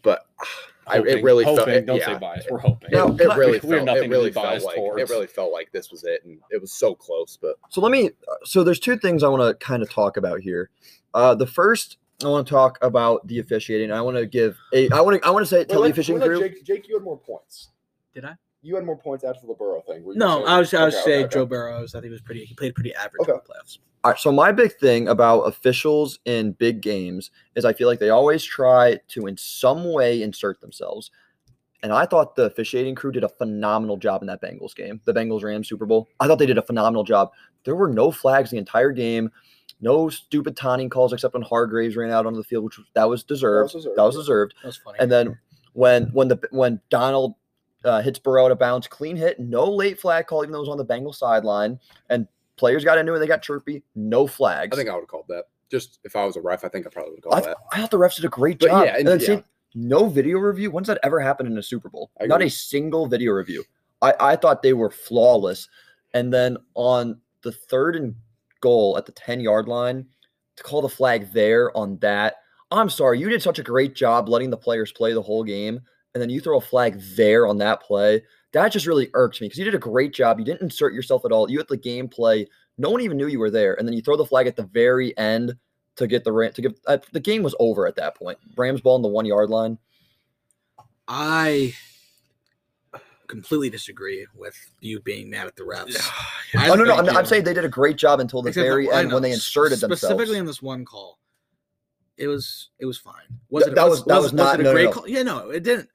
[SPEAKER 3] but I, it
[SPEAKER 4] Hoping-
[SPEAKER 3] really
[SPEAKER 4] hoping.
[SPEAKER 3] felt. it-
[SPEAKER 4] don't
[SPEAKER 3] yeah,
[SPEAKER 4] say biased. We're hoping.
[SPEAKER 3] It, it really
[SPEAKER 4] we have
[SPEAKER 3] felt.
[SPEAKER 4] nothing
[SPEAKER 3] It really
[SPEAKER 4] to be
[SPEAKER 3] felt
[SPEAKER 4] biased
[SPEAKER 3] like
[SPEAKER 4] towards.
[SPEAKER 3] it really felt like this was it, and it was so close. But
[SPEAKER 2] So let me. So there's two things I want to kind of talk about here. Uh, the first, I want to talk about the officiating. I want to give a. I want to. I want to say tell the officiating crew.
[SPEAKER 3] Jake, Jake, you had more points.
[SPEAKER 1] Did I?
[SPEAKER 3] You had more points after the Burrow thing. Were you
[SPEAKER 1] No,
[SPEAKER 3] saying-
[SPEAKER 1] I was I was
[SPEAKER 3] Okay,
[SPEAKER 1] say
[SPEAKER 3] okay, okay.
[SPEAKER 1] Joe Burrows. I think he was pretty. He played pretty average in
[SPEAKER 2] Okay.
[SPEAKER 1] the playoffs.
[SPEAKER 2] All right, so my big thing about officials in big games is I feel like they always try to in some way insert themselves. And I thought the officiating crew did a phenomenal job in that Bengals game, the Bengals Rams Super Bowl. I thought they did a phenomenal job. There were no flags the entire game, no stupid taunting calls except when Hargraves ran out onto the field, which was- that was deserved.
[SPEAKER 3] deserved,
[SPEAKER 2] That was
[SPEAKER 3] yeah.
[SPEAKER 2] deserved.
[SPEAKER 1] That was funny.
[SPEAKER 2] And then when when the when Donald uh, hits Burrow out of bounds, clean hit, no late flag call, even though it was on the Bengals sideline, and players got into it. They got chirpy, no flags.
[SPEAKER 3] I think I would have called that. Just if I was a ref, I think I probably would have
[SPEAKER 2] I,
[SPEAKER 3] called that.
[SPEAKER 2] I thought the refs did a great
[SPEAKER 3] But
[SPEAKER 2] job.
[SPEAKER 3] yeah,
[SPEAKER 2] and
[SPEAKER 3] and-
[SPEAKER 2] then
[SPEAKER 3] yeah.
[SPEAKER 2] see, no video review. When's that ever happened in a Super Bowl?
[SPEAKER 3] I
[SPEAKER 2] Not
[SPEAKER 3] agree.
[SPEAKER 2] a single video review. I, I thought they were flawless. And then on the third and goal at the 10 yard line, to call the flag there on that. I'm sorry, you did such a great job letting the players play the whole game. And then you throw a flag there on that play. That just really irked me because you did a great job. You didn't insert yourself at all. You had the game play. No one even knew you were there. And then you throw the flag at the very end to get the Ram to give uh, the game was over at that point. Rams ball on the one yard line.
[SPEAKER 1] I completely disagree with you being mad at the refs. I
[SPEAKER 2] Oh no, no,
[SPEAKER 1] think
[SPEAKER 2] I'm, I'm
[SPEAKER 1] you-
[SPEAKER 2] saying they did a great job until the
[SPEAKER 1] except
[SPEAKER 2] very
[SPEAKER 1] that- I
[SPEAKER 2] end
[SPEAKER 1] know,
[SPEAKER 2] when they
[SPEAKER 1] s-
[SPEAKER 2] inserted
[SPEAKER 1] specifically
[SPEAKER 2] themselves.
[SPEAKER 1] in this one call. It was it was fine. Was
[SPEAKER 2] Th-
[SPEAKER 1] it
[SPEAKER 2] that was- that was
[SPEAKER 1] it-
[SPEAKER 2] not-
[SPEAKER 1] it a
[SPEAKER 2] no, no,
[SPEAKER 1] great
[SPEAKER 2] no.
[SPEAKER 1] call? Yeah, no, it didn't.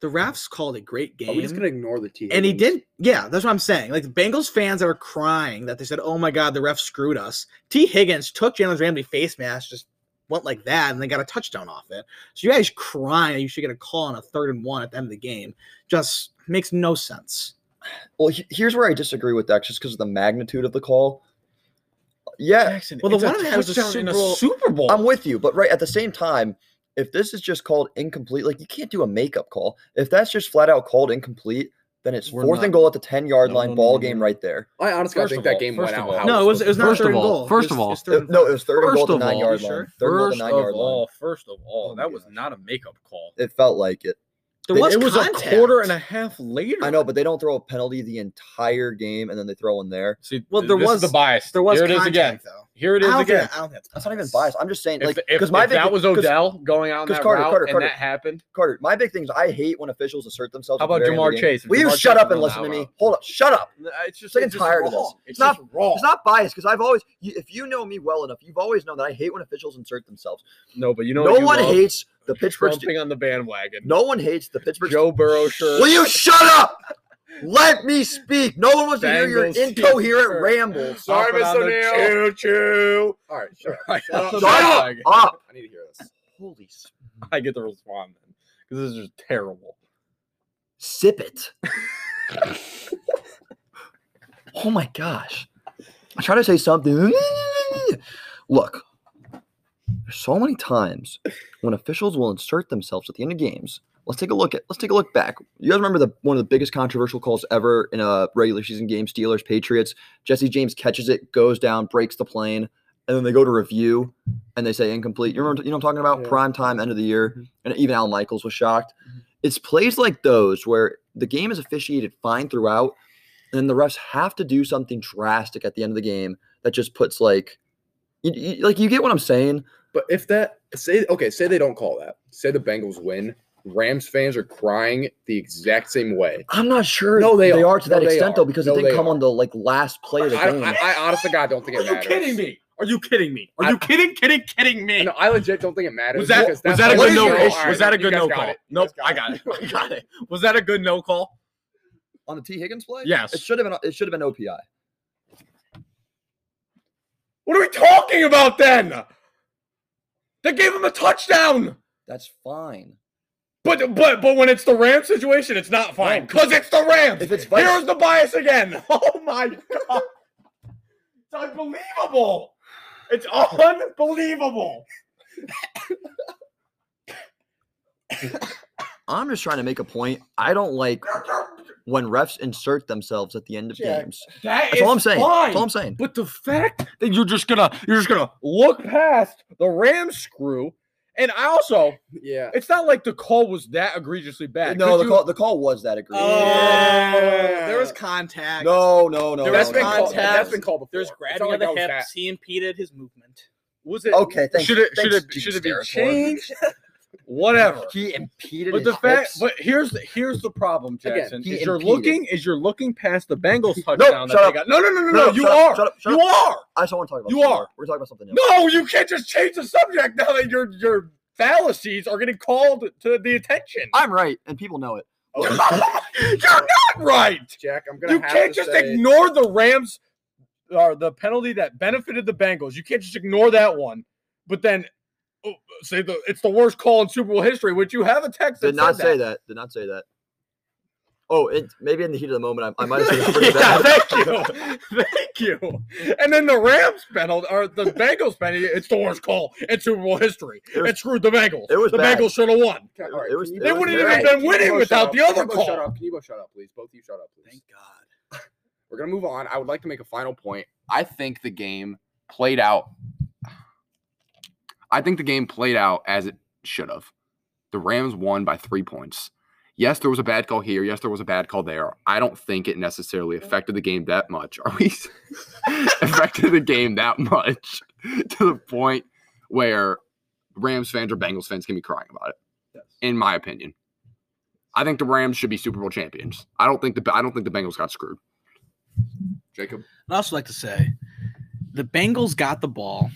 [SPEAKER 1] The refs called a great game.
[SPEAKER 3] Are we just gonna ignore the team?
[SPEAKER 1] and he did yeah that's what i'm saying like the bengals fans that were crying that they said oh my god the ref screwed us t higgins took jalen ramsey face mask just went like that and they got a touchdown off it so you guys crying that you should get a call on a third and one at the end of the game just makes no sense
[SPEAKER 2] well, he- here's where I disagree with that, just because of the magnitude of the call. Yeah,
[SPEAKER 1] well the one that has a super bowl
[SPEAKER 4] Super Bowl.
[SPEAKER 2] I'm with you, but right at the same time, if this is just called incomplete, like you can't do a makeup call. If that's just flat out called incomplete, then it's
[SPEAKER 4] We're
[SPEAKER 2] fourth and
[SPEAKER 4] not-
[SPEAKER 2] goal at the ten yard
[SPEAKER 4] No,
[SPEAKER 2] line,
[SPEAKER 4] no, no,
[SPEAKER 2] ball
[SPEAKER 4] no,
[SPEAKER 2] game
[SPEAKER 4] no.
[SPEAKER 2] right there.
[SPEAKER 3] I honestly, I
[SPEAKER 4] First
[SPEAKER 3] think
[SPEAKER 4] of
[SPEAKER 3] that
[SPEAKER 4] all-
[SPEAKER 3] game
[SPEAKER 4] first
[SPEAKER 3] went
[SPEAKER 4] of
[SPEAKER 3] out.
[SPEAKER 4] all-
[SPEAKER 3] how
[SPEAKER 1] Um, no it was
[SPEAKER 3] supposed
[SPEAKER 1] it was
[SPEAKER 3] to
[SPEAKER 1] not
[SPEAKER 5] First
[SPEAKER 1] third
[SPEAKER 5] of
[SPEAKER 1] and
[SPEAKER 5] all-
[SPEAKER 1] goal
[SPEAKER 5] first of
[SPEAKER 1] It's-
[SPEAKER 5] all,
[SPEAKER 1] it's third and
[SPEAKER 2] no,
[SPEAKER 1] goal.
[SPEAKER 2] it was third and
[SPEAKER 5] First
[SPEAKER 2] goal at the
[SPEAKER 5] of
[SPEAKER 2] nine
[SPEAKER 5] all,
[SPEAKER 2] yard
[SPEAKER 1] you
[SPEAKER 2] line.
[SPEAKER 1] sure?
[SPEAKER 2] Third and goal at
[SPEAKER 4] First
[SPEAKER 2] the
[SPEAKER 4] of
[SPEAKER 2] nine yard line.
[SPEAKER 4] all, first of all,
[SPEAKER 2] Oh my
[SPEAKER 4] that was
[SPEAKER 2] gosh.
[SPEAKER 4] not a makeup call.
[SPEAKER 2] It felt like it.
[SPEAKER 1] there
[SPEAKER 2] It-
[SPEAKER 1] was
[SPEAKER 4] it was
[SPEAKER 1] contact.
[SPEAKER 4] a quarter and a half later.
[SPEAKER 2] I know, but they don't throw a penalty the entire game and then they throw in there.
[SPEAKER 5] See,
[SPEAKER 1] Well, there
[SPEAKER 4] this
[SPEAKER 1] was-
[SPEAKER 4] is the bias.
[SPEAKER 1] there was
[SPEAKER 4] Here it is
[SPEAKER 1] contact
[SPEAKER 4] again.
[SPEAKER 1] though
[SPEAKER 4] Here it
[SPEAKER 1] I
[SPEAKER 4] is
[SPEAKER 1] don't
[SPEAKER 4] again.
[SPEAKER 1] think- I don't think
[SPEAKER 2] That's not even biased. I'm just saying,
[SPEAKER 4] If,
[SPEAKER 2] like,
[SPEAKER 4] if,
[SPEAKER 2] because my
[SPEAKER 4] if
[SPEAKER 2] big
[SPEAKER 4] that
[SPEAKER 2] thing-
[SPEAKER 4] was
[SPEAKER 2] 'cause,
[SPEAKER 4] Odell going on
[SPEAKER 2] 'cause
[SPEAKER 4] that
[SPEAKER 2] Carter,
[SPEAKER 4] route
[SPEAKER 2] Carter,
[SPEAKER 4] and
[SPEAKER 2] Carter.
[SPEAKER 4] that happened,
[SPEAKER 2] Carter, my big thing is I hate when officials assert themselves.
[SPEAKER 4] How
[SPEAKER 2] at the
[SPEAKER 4] about
[SPEAKER 2] very end of
[SPEAKER 4] Jamar
[SPEAKER 2] the game.
[SPEAKER 4] Chase?
[SPEAKER 2] Will you
[SPEAKER 4] Jamar
[SPEAKER 2] shut
[SPEAKER 4] Chase
[SPEAKER 2] up and
[SPEAKER 4] will
[SPEAKER 2] listen to
[SPEAKER 4] allow
[SPEAKER 2] me?
[SPEAKER 4] it.
[SPEAKER 2] Hold up, shut up.
[SPEAKER 4] it's just
[SPEAKER 2] Sick and
[SPEAKER 4] it's just
[SPEAKER 2] tired of
[SPEAKER 4] wrong.
[SPEAKER 2] this.
[SPEAKER 4] It's
[SPEAKER 2] It's not-
[SPEAKER 4] just wrong.
[SPEAKER 2] It's not biased because I've always, you, if you know me well enough, you've always known that I hate when officials insert themselves.
[SPEAKER 4] No, but you know what
[SPEAKER 2] no
[SPEAKER 4] you
[SPEAKER 2] one
[SPEAKER 4] love?
[SPEAKER 2] hates the Pittsburgh. Ste-
[SPEAKER 4] Trumping on the bandwagon.
[SPEAKER 2] no one hates the Pittsburgh.
[SPEAKER 4] Joe Burrow shirt.
[SPEAKER 2] Ste- Will you shut up? Let me speak. No one wants to hear your
[SPEAKER 4] Bengals
[SPEAKER 2] incoherent
[SPEAKER 4] team.
[SPEAKER 2] rambles.
[SPEAKER 4] Sorry, Mr. Neal.
[SPEAKER 3] Choo choo. All right, shut up.
[SPEAKER 2] Shut up. up.
[SPEAKER 3] I need to hear this.
[SPEAKER 2] Holy s-
[SPEAKER 4] I get to respond then because this is just terrible.
[SPEAKER 2] sip it. oh my gosh. I try to say something. Look, there's so many times when officials will insert themselves at the end of games. Let's take a look at let's take a look back. You guys remember the one of the biggest controversial calls ever in a regular season game, Steelers Patriots. Jesse James catches it, goes down, breaks the plane, and then they go to review and they say incomplete. You remember you know what I'm talking about?
[SPEAKER 3] Yeah.
[SPEAKER 2] Prime time, end of the year. And even Al Michaels was shocked. It's plays like those where the game is officiated fine throughout, and then the refs have to do something drastic at the end of the game that just puts like you, you- like you get what I'm saying?
[SPEAKER 3] But if that say okay, say they don't call that. Say the Bengals win. Rams fans are crying the exact same way.
[SPEAKER 2] I'm not sure.
[SPEAKER 3] No, they
[SPEAKER 2] are
[SPEAKER 3] are.
[SPEAKER 2] to that
[SPEAKER 3] No, they
[SPEAKER 2] extent
[SPEAKER 3] are.
[SPEAKER 2] though, because
[SPEAKER 3] No,
[SPEAKER 2] it didn't
[SPEAKER 3] they
[SPEAKER 2] come
[SPEAKER 3] are.
[SPEAKER 2] on the like last play of the
[SPEAKER 3] I,
[SPEAKER 2] game.
[SPEAKER 3] I, I honest to God don't think it
[SPEAKER 5] Are you
[SPEAKER 3] matters.
[SPEAKER 5] kidding me? Are you kidding me? Are
[SPEAKER 3] I-
[SPEAKER 5] you kidding, kidding, kidding me?
[SPEAKER 3] No, I legit don't think it matters.
[SPEAKER 5] Was that
[SPEAKER 3] because
[SPEAKER 5] was that a
[SPEAKER 3] what
[SPEAKER 5] good
[SPEAKER 3] is
[SPEAKER 5] no
[SPEAKER 3] your
[SPEAKER 5] call?
[SPEAKER 3] issue?
[SPEAKER 5] Was that a
[SPEAKER 3] You
[SPEAKER 5] good
[SPEAKER 3] guys
[SPEAKER 5] no
[SPEAKER 3] got
[SPEAKER 5] call?
[SPEAKER 3] it. You
[SPEAKER 5] Nope,
[SPEAKER 3] guys
[SPEAKER 5] I got it. I got it. Was that a good no call?
[SPEAKER 2] on the T Higgins play?
[SPEAKER 5] Yes.
[SPEAKER 2] It should have been it should have been OPI.
[SPEAKER 5] What are we talking about then? They gave him a touchdown.
[SPEAKER 2] That's fine.
[SPEAKER 5] But but but when it's the Rams situation, it's not fine because it's the Rams.
[SPEAKER 2] If it's vice-
[SPEAKER 5] Here's the bias again. Oh my god, it's unbelievable. It's unbelievable.
[SPEAKER 2] I'm just trying to make a point. I don't like when refs insert themselves at the end of
[SPEAKER 4] Jack.
[SPEAKER 2] games.
[SPEAKER 5] That
[SPEAKER 2] That's all I'm saying.
[SPEAKER 5] Fine.
[SPEAKER 2] That's all I'm saying.
[SPEAKER 5] But the fact that you're just gonna you're just gonna
[SPEAKER 4] Look past the Ram screw, and I also
[SPEAKER 3] Yeah.
[SPEAKER 4] it's not like the call was that egregiously bad.
[SPEAKER 2] No,
[SPEAKER 4] Could
[SPEAKER 2] the
[SPEAKER 4] you-
[SPEAKER 2] call the call was that agreed.
[SPEAKER 5] Oh, Yeah.
[SPEAKER 6] There was contact.
[SPEAKER 2] No, no, no.
[SPEAKER 6] There
[SPEAKER 2] no,
[SPEAKER 6] was
[SPEAKER 3] That's
[SPEAKER 2] no,
[SPEAKER 3] been,
[SPEAKER 2] no.
[SPEAKER 3] called, that's
[SPEAKER 6] contact.
[SPEAKER 3] been called before.
[SPEAKER 6] There's
[SPEAKER 3] It's
[SPEAKER 6] grabbing
[SPEAKER 3] not
[SPEAKER 6] of the
[SPEAKER 3] like I was
[SPEAKER 6] hips. He impeded his movement.
[SPEAKER 4] was it
[SPEAKER 2] Okay, thanks.
[SPEAKER 4] Should it should
[SPEAKER 2] thanks,
[SPEAKER 4] it
[SPEAKER 2] Gene
[SPEAKER 4] should it be
[SPEAKER 2] Steratore.
[SPEAKER 4] changed? Whatever.
[SPEAKER 2] He impeded
[SPEAKER 4] But
[SPEAKER 2] his
[SPEAKER 4] the fact,
[SPEAKER 2] hips.
[SPEAKER 4] but here's the, here's the problem,
[SPEAKER 3] Again,
[SPEAKER 4] Jackson.
[SPEAKER 2] he
[SPEAKER 4] is you're
[SPEAKER 2] impeded.
[SPEAKER 4] looking is you're looking past the Bengals
[SPEAKER 2] shut
[SPEAKER 4] touchdown that they
[SPEAKER 2] up.
[SPEAKER 4] got. No, no, no, no,
[SPEAKER 2] No,
[SPEAKER 4] no.
[SPEAKER 2] no,
[SPEAKER 4] You
[SPEAKER 2] shut up,
[SPEAKER 4] are.
[SPEAKER 2] shut up, shut
[SPEAKER 4] you are.
[SPEAKER 2] I just want to talk about
[SPEAKER 4] You
[SPEAKER 2] something
[SPEAKER 4] are.
[SPEAKER 2] else. We're talking about something else.
[SPEAKER 4] No, you can't just change the subject now that your your fallacies are getting called to the attention.
[SPEAKER 2] I'm right, and people know it.
[SPEAKER 4] you're not right.
[SPEAKER 3] Jack, I'm gonna
[SPEAKER 4] You
[SPEAKER 3] have
[SPEAKER 4] can't
[SPEAKER 3] to
[SPEAKER 4] just
[SPEAKER 3] say,
[SPEAKER 4] ignore the Rams or the penalty that benefited the Bengals. You can't just ignore that one. But then oh, say the it's the worst call in Super Bowl history. Would you have a text that
[SPEAKER 2] Did not
[SPEAKER 4] said
[SPEAKER 2] say that. Did not say that. Oh, it, maybe in the heat of the moment, I, I might have said something
[SPEAKER 4] yeah,
[SPEAKER 2] bad.
[SPEAKER 4] Ah, thank you, thank you. And then the Rams penalty or the Bengals penalty. It's the worst call in Super Bowl history.
[SPEAKER 2] It
[SPEAKER 4] It,
[SPEAKER 2] was-
[SPEAKER 4] screwed the Bengals.
[SPEAKER 2] it was
[SPEAKER 4] the
[SPEAKER 2] bad.
[SPEAKER 4] Bengals should have won.
[SPEAKER 3] Okay,
[SPEAKER 2] It
[SPEAKER 3] all right,
[SPEAKER 2] was- it
[SPEAKER 3] can
[SPEAKER 2] was
[SPEAKER 3] you-
[SPEAKER 2] They wouldn't
[SPEAKER 3] all
[SPEAKER 2] even
[SPEAKER 3] right,
[SPEAKER 4] been
[SPEAKER 3] can you
[SPEAKER 4] winning
[SPEAKER 3] both
[SPEAKER 4] without
[SPEAKER 3] shut
[SPEAKER 4] the
[SPEAKER 3] up?
[SPEAKER 4] other
[SPEAKER 3] Can you both
[SPEAKER 4] call.
[SPEAKER 3] Shut up. Can you both shut up, please? Both of you shut up, please.
[SPEAKER 6] Thank God.
[SPEAKER 3] We're gonna move on. I would like to make a final point. I think the game played out. I think the game played out as it should have. The Rams won by three points. Yes, there was a bad call here. Yes, there was a bad call there. I don't think it necessarily affected the game that much. Are we affected the game that much to the point where Rams fans or Bengals fans can be crying about it? In my opinion, I think the Rams should be Super Bowl champions. I don't think the I don't think the Bengals got screwed. Jacob.
[SPEAKER 1] I'd also like to say the Bengals got the ball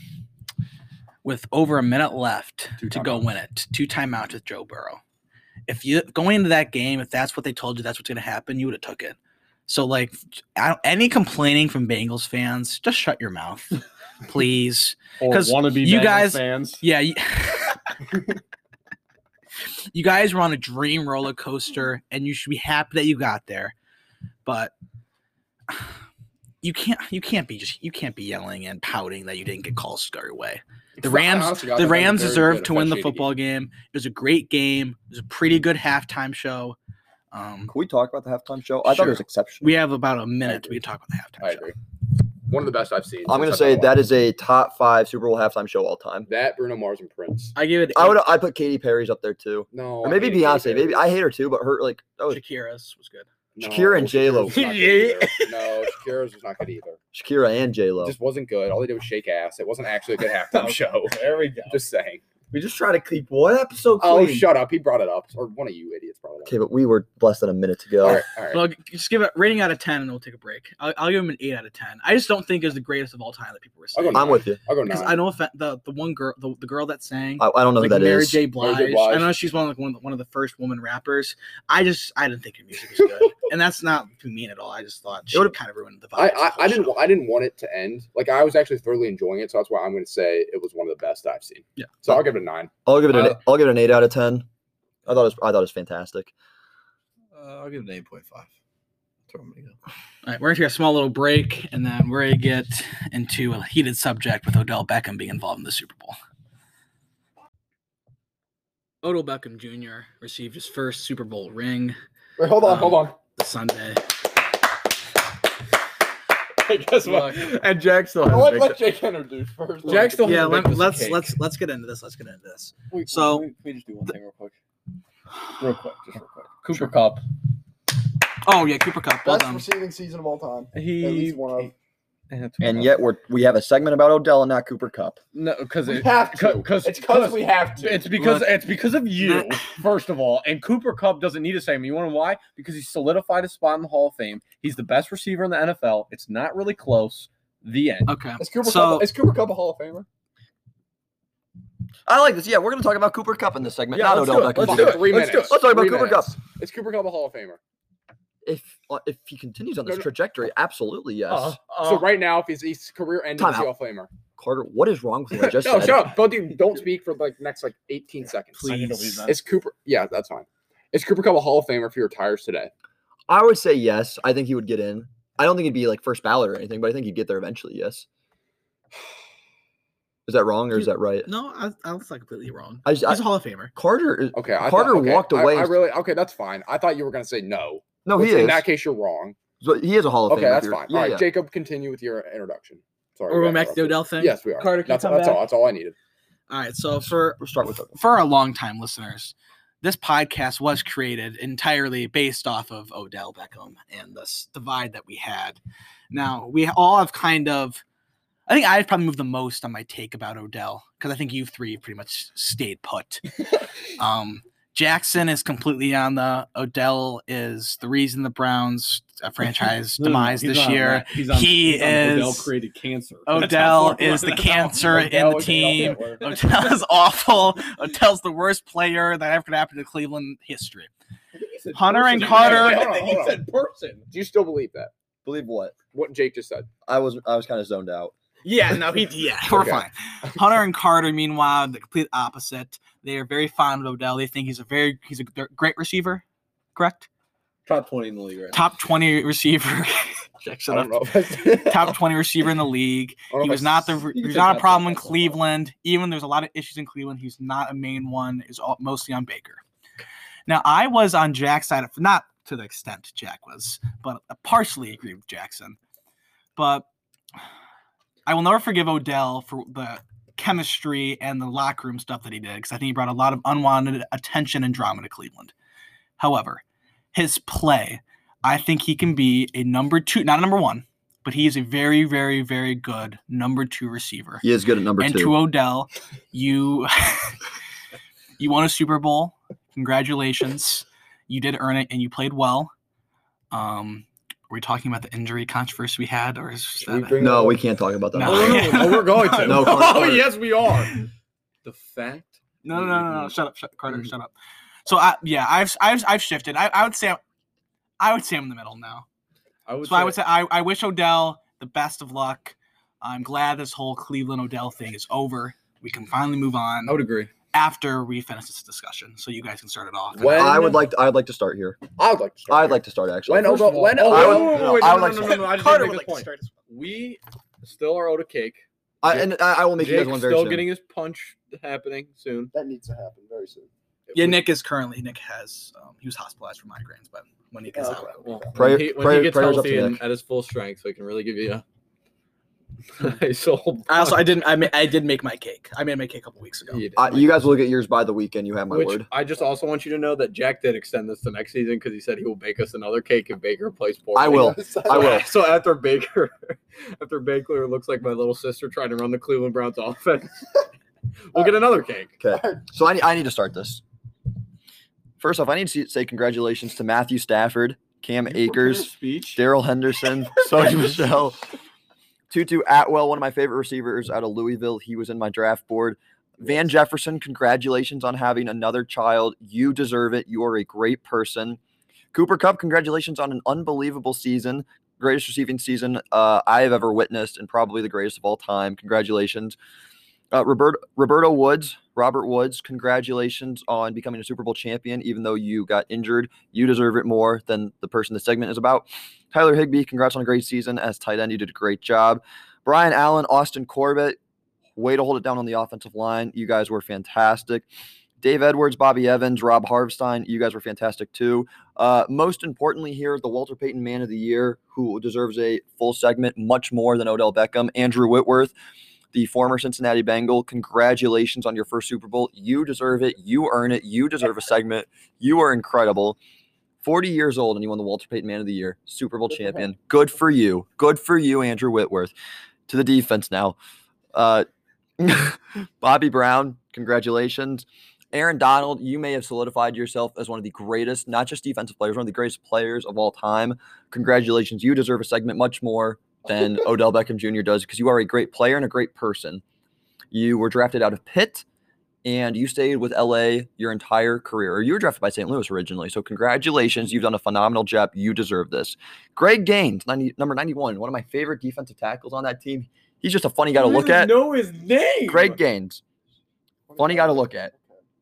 [SPEAKER 1] with over a minute left
[SPEAKER 3] Two
[SPEAKER 1] to go win it. Two timeouts with Joe Burrow. If you going into that game, if that's what they told you, that's what's going to happen, you would have took it. So, like, I don't, any complaining from Bengals fans, just shut your mouth, please.
[SPEAKER 4] Or
[SPEAKER 1] 'Cause
[SPEAKER 4] wannabe
[SPEAKER 1] you
[SPEAKER 4] Bengals
[SPEAKER 1] guys-
[SPEAKER 4] fans.
[SPEAKER 1] Yeah. You, you guys were on a dream roller coaster and you should be happy that you got there. But you can't you can't be just you can't be yelling and pouting that you didn't get calls your way. The Rams- The Rams deserve to win the football game. It was a great game. It was a pretty good halftime show. Um,
[SPEAKER 2] Can we talk about the halftime show? I thought it was
[SPEAKER 1] Sure.
[SPEAKER 2] exceptional.
[SPEAKER 1] we have about a minute we can talk about the
[SPEAKER 3] I
[SPEAKER 1] halftime show.
[SPEAKER 3] agree. One of the best I've seen.
[SPEAKER 2] I'm gonna
[SPEAKER 3] since
[SPEAKER 2] say
[SPEAKER 3] I've been
[SPEAKER 2] that is a top five Super Bowl halftime show all time.
[SPEAKER 3] alive. that Bruno Mars and Prince.
[SPEAKER 6] I give it.
[SPEAKER 2] I
[SPEAKER 6] eight.
[SPEAKER 2] would I put Katy Perry's up there too,
[SPEAKER 3] No,
[SPEAKER 2] or maybe Beyonce. Maybe I hate her too, but her like oh
[SPEAKER 6] Shakira's was good.
[SPEAKER 2] Shakira and J-Lo.
[SPEAKER 3] No, Shakira's was not good either.
[SPEAKER 2] Shakira and J Lo.
[SPEAKER 3] It just wasn't good. All they did was shake ass. It wasn't actually a good
[SPEAKER 2] Oh,
[SPEAKER 3] halftime show.
[SPEAKER 4] There we go.
[SPEAKER 3] Just saying.
[SPEAKER 6] We just try to keep one episode
[SPEAKER 3] Oh, shut up. He brought it up. Or one of you idiots brought it
[SPEAKER 2] Okay, but we were less than a minute to go.
[SPEAKER 3] All right, all right.
[SPEAKER 1] Well, g- just give it rating out of ten, and we'll take a break. I'll, I'll give him an eight out of ten. I just don't think it's the greatest of all time that people were
[SPEAKER 3] I'll
[SPEAKER 1] saying.
[SPEAKER 3] go
[SPEAKER 2] I'm with you.
[SPEAKER 3] I'll go
[SPEAKER 1] Because
[SPEAKER 3] nine.
[SPEAKER 1] I know if the the one girl, the, the girl that sang,
[SPEAKER 2] I, I don't know
[SPEAKER 1] like
[SPEAKER 2] who that
[SPEAKER 1] Mary
[SPEAKER 2] is.
[SPEAKER 1] J. Blige.
[SPEAKER 3] Blige.
[SPEAKER 1] I know she's one of, like, one of the, one of the first woman rappers. I just I didn't think her music was good, and that's not to mean at all. I just thought she
[SPEAKER 2] would've-
[SPEAKER 1] kind of ruined the vibe.
[SPEAKER 3] I, I, I didn't I didn't want it to end. Like I was actually thoroughly enjoying it, so that's why I'm going to say it was one of the best I've seen.
[SPEAKER 1] Yeah.
[SPEAKER 3] So I'll give it a nine.
[SPEAKER 2] I'll give it an
[SPEAKER 5] Uh,
[SPEAKER 2] I'll give it an eight out of ten. I thought it was, I thought it was fantastic.
[SPEAKER 4] Uh, I'll give it an eight point five. That's where I'm gonna go.
[SPEAKER 1] All right, we're going to take a small little break, and then we're going to get into a heated subject with Odell Beckham being involved in the Super Bowl. Odell Beckham Jr. received his first Super Bowl ring
[SPEAKER 3] Wait, hold on,
[SPEAKER 1] Um,
[SPEAKER 3] hold on.
[SPEAKER 1] this Sunday.
[SPEAKER 5] Guess what?
[SPEAKER 4] And Jack still has.
[SPEAKER 5] Let,
[SPEAKER 4] big-
[SPEAKER 5] let Jake introduce first.
[SPEAKER 4] Jack still
[SPEAKER 1] Yeah,
[SPEAKER 4] has
[SPEAKER 1] let,
[SPEAKER 4] big-
[SPEAKER 1] let's
[SPEAKER 4] cake.
[SPEAKER 1] let's let's get into this. Let's get into this.
[SPEAKER 5] Wait,
[SPEAKER 1] So-
[SPEAKER 5] wait, can we just do one thing real quick? Real quick, just real quick. Cooper Cup.
[SPEAKER 1] Oh yeah, Cooper Cup. Well
[SPEAKER 7] Best
[SPEAKER 1] done.
[SPEAKER 7] receiving season of all time.
[SPEAKER 5] He
[SPEAKER 7] At least one of.
[SPEAKER 2] And yet we're we have a segment about Odell and not Cooper Cup.
[SPEAKER 5] no, because
[SPEAKER 7] We
[SPEAKER 5] it,
[SPEAKER 7] have to.
[SPEAKER 5] because
[SPEAKER 7] It's because we have to.
[SPEAKER 5] It's because
[SPEAKER 1] Oh, Look.
[SPEAKER 5] it's because of you, first of all. And Cooper Cup doesn't need a segment. You want to know why? Because he solidified his spot in the Hall of Fame. He's the best receiver in the NFL. It's not really close. The end.
[SPEAKER 1] Okay.
[SPEAKER 7] Is Cooper,
[SPEAKER 1] So-
[SPEAKER 7] Cup, is Cooper Cup a Hall of Famer?
[SPEAKER 2] I like this. Yeah, we're gonna talk about Cooper Cup in this segment, not Odell Beckham
[SPEAKER 5] Let's
[SPEAKER 2] Jr.
[SPEAKER 5] do it.
[SPEAKER 3] Three
[SPEAKER 5] Let's do it.
[SPEAKER 3] minutes.
[SPEAKER 2] Let's talk about
[SPEAKER 3] Three
[SPEAKER 2] Cooper Cup.
[SPEAKER 3] minutes. Is Cooper Cup a Hall of Famer?
[SPEAKER 2] If uh, if he continues on
[SPEAKER 3] No,
[SPEAKER 2] this
[SPEAKER 3] no.
[SPEAKER 2] trajectory, absolutely yes.
[SPEAKER 5] Uh, uh,
[SPEAKER 3] so
[SPEAKER 2] Um,
[SPEAKER 3] right now, if he's, he's career ending,
[SPEAKER 2] Time
[SPEAKER 3] he's a Hall of Famer.
[SPEAKER 2] Carter, what is wrong with what I just
[SPEAKER 3] no,
[SPEAKER 2] said?
[SPEAKER 3] shut up. Both of you don't speak for like next like 18 seconds.
[SPEAKER 1] Please.
[SPEAKER 3] Is Cooper? Yeah, that's fine. Is Cooper Cup a Hall of Famer if he retires today?
[SPEAKER 2] I would say yes. I think he would get in. I don't think he'd be like first ballot or anything, but I think he'd get there eventually. Yes. Is that wrong or is that right?
[SPEAKER 1] No, I, I was like completely wrong.
[SPEAKER 2] I, just- I-
[SPEAKER 1] He's a Hall of Famer.
[SPEAKER 2] Carter. is-
[SPEAKER 3] Okay, I
[SPEAKER 2] Carter
[SPEAKER 3] thought, okay,
[SPEAKER 2] walked
[SPEAKER 3] I-
[SPEAKER 2] away.
[SPEAKER 3] I, really okay. That's fine. I thought you were gonna say no.
[SPEAKER 2] No,
[SPEAKER 3] Which
[SPEAKER 2] he is.
[SPEAKER 3] In that case, you're wrong.
[SPEAKER 2] So he is a Hall of
[SPEAKER 3] Okay,
[SPEAKER 2] Famer. if
[SPEAKER 3] that's
[SPEAKER 2] you're-
[SPEAKER 3] fine.
[SPEAKER 2] Yeah,
[SPEAKER 3] All right,
[SPEAKER 2] yeah.
[SPEAKER 3] Jacob, continue with your introduction. Sorry.
[SPEAKER 1] We're
[SPEAKER 3] we
[SPEAKER 1] going back to the
[SPEAKER 3] interrupted.
[SPEAKER 1] Odell thing.
[SPEAKER 3] Yes, we are.
[SPEAKER 1] Carter, can you
[SPEAKER 3] that's
[SPEAKER 1] come
[SPEAKER 3] that's
[SPEAKER 1] back?
[SPEAKER 3] all. That's all I needed.
[SPEAKER 1] All right. So for
[SPEAKER 2] We'll start with Odell.
[SPEAKER 1] for our longtime listeners, this podcast was created entirely based off of Odell Beckham and this divide that we had. Now, we all have kind of, I think I've probably moved the most on my take about Odell because I think you three pretty much stayed put. um, Jackson is completely on the Odell is the reason the Browns uh, franchise demise this year. He
[SPEAKER 4] Odell
[SPEAKER 1] is-
[SPEAKER 4] created cancer. That's
[SPEAKER 1] Odell
[SPEAKER 4] how far
[SPEAKER 1] is the
[SPEAKER 4] we're at.
[SPEAKER 1] cancer in the team. Odell is awful. Odell's the worst player that ever could happen to Cleveland history. Hunter and
[SPEAKER 3] Wait,
[SPEAKER 1] Carter.
[SPEAKER 3] wait, hold on, hold on.
[SPEAKER 5] person.
[SPEAKER 3] Do you still believe that?
[SPEAKER 2] Believe what?
[SPEAKER 3] What Jake just said.
[SPEAKER 2] I was I was kind of zoned out.
[SPEAKER 1] Yeah, no, he, yeah, we're
[SPEAKER 3] Okay.
[SPEAKER 1] fine. Hunter and Carter, meanwhile, the complete opposite. They are very fond of Odell. They think he's a very he's a gr- great receiver, correct?
[SPEAKER 5] Top 20 in the league right
[SPEAKER 1] Top twenty receiver. Jack,
[SPEAKER 3] I
[SPEAKER 1] shut
[SPEAKER 3] don't
[SPEAKER 1] up.
[SPEAKER 3] know. if I-
[SPEAKER 1] Top twenty receiver in the league.
[SPEAKER 3] I don't know
[SPEAKER 1] He
[SPEAKER 3] if
[SPEAKER 1] was
[SPEAKER 3] I
[SPEAKER 1] not the
[SPEAKER 3] s-
[SPEAKER 1] he
[SPEAKER 3] think
[SPEAKER 1] was not a
[SPEAKER 3] that's
[SPEAKER 1] problem in
[SPEAKER 3] that's all.
[SPEAKER 1] Cleveland. Even there's a lot of issues in Cleveland. He's not a main one. Is all, mostly on Baker. Now I was on Jack's side, of, not to the extent Jack was, but I partially agree with Jackson. But I will never forgive Odell for the chemistry and the locker room stuff that he did because I think he brought a lot of unwanted attention and drama to Cleveland. However, his play, I think he can be a number two, not a number one, but he is a very, very, very good number two receiver.
[SPEAKER 2] He is good at number
[SPEAKER 1] and
[SPEAKER 2] two.
[SPEAKER 1] to Odell, you you won a Super Bowl. Congratulations. You did earn it and you played well. Um are we talking about the injury controversy we had or is
[SPEAKER 3] Should we
[SPEAKER 1] that
[SPEAKER 3] bring that
[SPEAKER 2] no,
[SPEAKER 3] up?
[SPEAKER 2] we can't talk about that.
[SPEAKER 1] No.
[SPEAKER 5] Oh, no, no, no, we're going to.
[SPEAKER 2] No, Carter,
[SPEAKER 5] oh,
[SPEAKER 2] Carter.
[SPEAKER 5] yes, we are.
[SPEAKER 4] The fact.
[SPEAKER 1] No, no, no, no, no.
[SPEAKER 4] Mhm.
[SPEAKER 1] Shut up, shut, Carter.
[SPEAKER 3] Mm-hmm.
[SPEAKER 4] Mhm.
[SPEAKER 1] Shut up. So, I, yeah, I've, I've, I've shifted. I, I would say, I would say I'm in the middle now.
[SPEAKER 4] I would
[SPEAKER 1] so I would say I, I wish Odell the best of luck. I'm glad this whole Cleveland Odell thing is over. We can finally move on
[SPEAKER 3] Oh.
[SPEAKER 4] I would agree.
[SPEAKER 1] after we finish this discussion. So you guys can start it off.
[SPEAKER 3] When-
[SPEAKER 2] I would like to, I'd like to start here.
[SPEAKER 3] I would like to. Start
[SPEAKER 2] I'd like to start actually.
[SPEAKER 3] When
[SPEAKER 5] First of
[SPEAKER 3] Odell.
[SPEAKER 5] all-
[SPEAKER 3] When
[SPEAKER 5] Oh,
[SPEAKER 2] I
[SPEAKER 5] wait,
[SPEAKER 2] would-
[SPEAKER 3] Odell.
[SPEAKER 5] wait, wait,
[SPEAKER 2] no,
[SPEAKER 5] wait,
[SPEAKER 2] I
[SPEAKER 5] no,
[SPEAKER 2] would
[SPEAKER 5] no,
[SPEAKER 2] like
[SPEAKER 5] no,
[SPEAKER 2] to-
[SPEAKER 5] no, no, I just
[SPEAKER 1] Carter
[SPEAKER 5] need to
[SPEAKER 1] would
[SPEAKER 5] make
[SPEAKER 1] like
[SPEAKER 5] a
[SPEAKER 1] to start.
[SPEAKER 5] point.
[SPEAKER 1] This
[SPEAKER 5] We still are owed a cake.
[SPEAKER 2] I, and I, I will make you guys
[SPEAKER 5] Jake's
[SPEAKER 2] one very
[SPEAKER 5] still
[SPEAKER 2] soon.
[SPEAKER 5] getting his punch happening soon.
[SPEAKER 7] That needs to happen very soon.
[SPEAKER 1] yeah, Nick is currently Nick has um, he was hospitalized for migraines, but when he gets
[SPEAKER 2] Oh,
[SPEAKER 7] Yeah,
[SPEAKER 1] out,
[SPEAKER 7] okay.
[SPEAKER 4] Well,
[SPEAKER 2] Prayer-
[SPEAKER 4] when he, when
[SPEAKER 2] prayer-
[SPEAKER 4] he gets
[SPEAKER 2] prayers up to
[SPEAKER 4] healthy and
[SPEAKER 2] Nick.
[SPEAKER 4] at his full strength, so he can really give you a nice old.
[SPEAKER 1] I also I didn't I, ma- I did make my cake. I made my cake a couple weeks ago.
[SPEAKER 4] You did.
[SPEAKER 2] I, you guys will get yours by the weekend. You have my
[SPEAKER 4] Which
[SPEAKER 2] word.
[SPEAKER 4] I just also want you to know that Jack did extend this to next season because he said he will bake us another cake if Baker plays poorly.
[SPEAKER 2] I will. I will.
[SPEAKER 4] So after Baker, after Baker looks like my little sister trying to run the Cleveland Browns offense, we'll get another cake.
[SPEAKER 2] So I, need- I need to start this. First off, I need to say congratulations to Matthew Stafford, Cam Akers,
[SPEAKER 8] speech.
[SPEAKER 2] Daryl Henderson, Sony Michelle, Tutu Atwell, one of my favorite receivers out of Louisville. He was in my draft board. Van Jefferson, congratulations on having another child. You deserve it. You are a great person. Cooper Cup, congratulations on an unbelievable season. Greatest receiving season uh, I have ever witnessed, and probably the greatest of all time. Congratulations. Uh, Roberto, Roberto Woods, Robert Woods, congratulations on becoming a Super Bowl champion, even though you got injured. You deserve it more than the person the segment is about. Tyler Higbee, congrats on a great season as tight end. You did a great job. Brian Allen, Austin Corbett, way to hold it down on the offensive line. You guys were fantastic. Dave Edwards, Bobby Evans, Rob Harvstein, you guys were fantastic too. Uh, most importantly, here, the Walter Payton Man of the Year, who deserves a full segment much more than Odell Beckham, Andrew Whitworth, the former Cincinnati Bengal. Congratulations on your first Super Bowl. You deserve it. You earn it. You deserve a segment. You are incredible. 40 years old and you won the Walter Payton Man of the Year, Super Bowl
[SPEAKER 8] Good for him.
[SPEAKER 2] champion. Good for you. Good for you, Andrew Whitworth. To the defense now. Uh, Bobby Brown, congratulations. Aaron Donald, you may have solidified yourself as one of the greatest, not just defensive players, one of the greatest players of all time. Congratulations. You deserve a segment much more than Odell Beckham Jr. does because you are a great player and a great person. You were drafted out of Pitt and you stayed with LA your entire career. Or You were drafted by St. Louis originally. So, congratulations. You've done a phenomenal job. You deserve this. Greg Gaines, 90, number 91, one of my favorite defensive tackles on that team. He's just a funny guy to
[SPEAKER 8] You
[SPEAKER 2] look
[SPEAKER 8] don't
[SPEAKER 2] at.
[SPEAKER 8] Know his name.
[SPEAKER 2] Greg Gaines, funny guy to look at.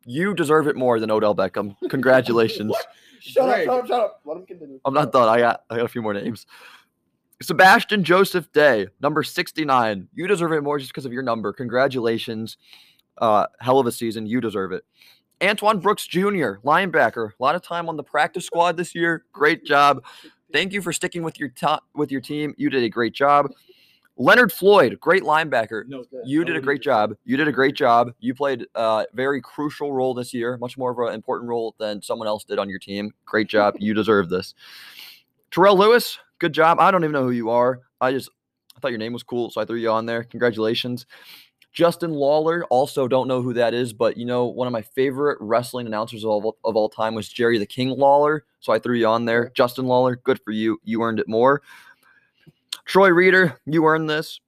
[SPEAKER 2] You deserve it more than Odell Beckham. Congratulations.
[SPEAKER 8] What? Shut
[SPEAKER 4] Greg.
[SPEAKER 8] up! Shut up! Shut up! Let him continue.
[SPEAKER 2] I'm not done. I got I got a few more names. Sebastian Joseph Day, number 69. You deserve it more just because of your number. Congratulations. Uh, hell of a season. You deserve it. Antoine Brooks Jr., linebacker. A lot of time on the practice squad this year. Great job. Thank you for sticking with your top with your team. You did a great job. Leonard Floyd, great linebacker.
[SPEAKER 8] No,
[SPEAKER 2] You did a great job. You did a great job. You played a very crucial role this year, much more of an important role than someone else did on your team. Great job. You deserve this. Terrell Lewis, good job. I don't even know who you are. I just I thought your name was cool, so I threw you on there. Congratulations. Justin Lawler, also don't know who that is, but you know, one of my favorite wrestling announcers of all, of all time was Jerry the King Lawler, so I threw you on there. Justin Lawler, good for you. You earned it more. Troy Reader, you earned this.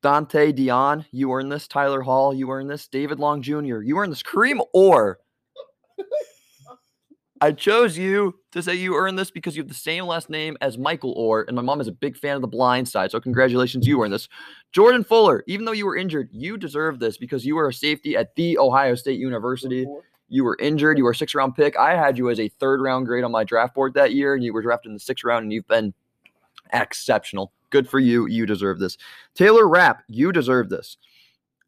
[SPEAKER 2] Dante Dion, you earned this. Tyler Hall, you earned this. David Long Jr., you earned this. Kareem Orr, I chose you to say you earned this because you have the same last name as Michael Orr, and my mom is a big fan of The Blind Side, so congratulations, you earned this. Jordan Fuller, even though you were injured, you deserve this because you were a safety at the Ohio State University. You were injured. You were a six round pick. I had you as a third round grade on my draft board that year, and you were drafted in the sixth round, and you've been exceptional. Good for you. You deserve this. Taylor Rapp, you deserve this.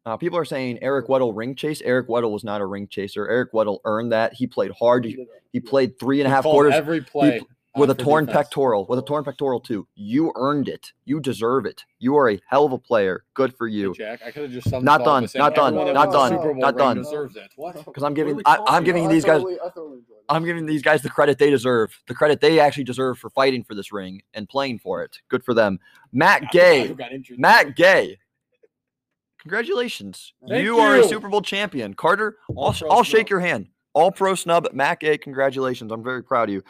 [SPEAKER 2] Uh, people are saying Eric Weddle ring chase. Eric Weddle was not a ring chaser. Eric Weddle earned that. He played hard. He, he played three and a half
[SPEAKER 4] Called
[SPEAKER 2] quarters
[SPEAKER 4] every play
[SPEAKER 2] with
[SPEAKER 4] uh,
[SPEAKER 2] a
[SPEAKER 4] for
[SPEAKER 2] torn
[SPEAKER 4] defense.
[SPEAKER 2] pectoral. With a torn pectoral too. You earned it. You deserve it. You are a hell of a player. Good for you.
[SPEAKER 4] Jack, I could have just summed
[SPEAKER 2] Not
[SPEAKER 4] it up by
[SPEAKER 2] done,
[SPEAKER 4] saying
[SPEAKER 2] not
[SPEAKER 8] done,
[SPEAKER 4] everyone that
[SPEAKER 8] not
[SPEAKER 4] wins the
[SPEAKER 8] done,
[SPEAKER 4] Super Bowl
[SPEAKER 2] not
[SPEAKER 4] ring
[SPEAKER 2] done.
[SPEAKER 4] Deserves it. What?
[SPEAKER 2] Because I'm giving I, I'm giving these guys
[SPEAKER 8] I thoroughly enjoyed it.
[SPEAKER 2] I'm giving these guys the credit they deserve. The credit they actually deserve for fighting for this ring and playing for it. Good for them. Matt Gay.
[SPEAKER 4] Who got injured?
[SPEAKER 2] Matt Gay. Congratulations.
[SPEAKER 4] Thank
[SPEAKER 2] you, are a
[SPEAKER 4] you.
[SPEAKER 2] Super Bowl champion. Carter, I'll,
[SPEAKER 4] All-pro
[SPEAKER 2] I'll shake
[SPEAKER 4] snub.
[SPEAKER 2] your hand. All pro snub, Matt Gay, congratulations. I'm very proud of you.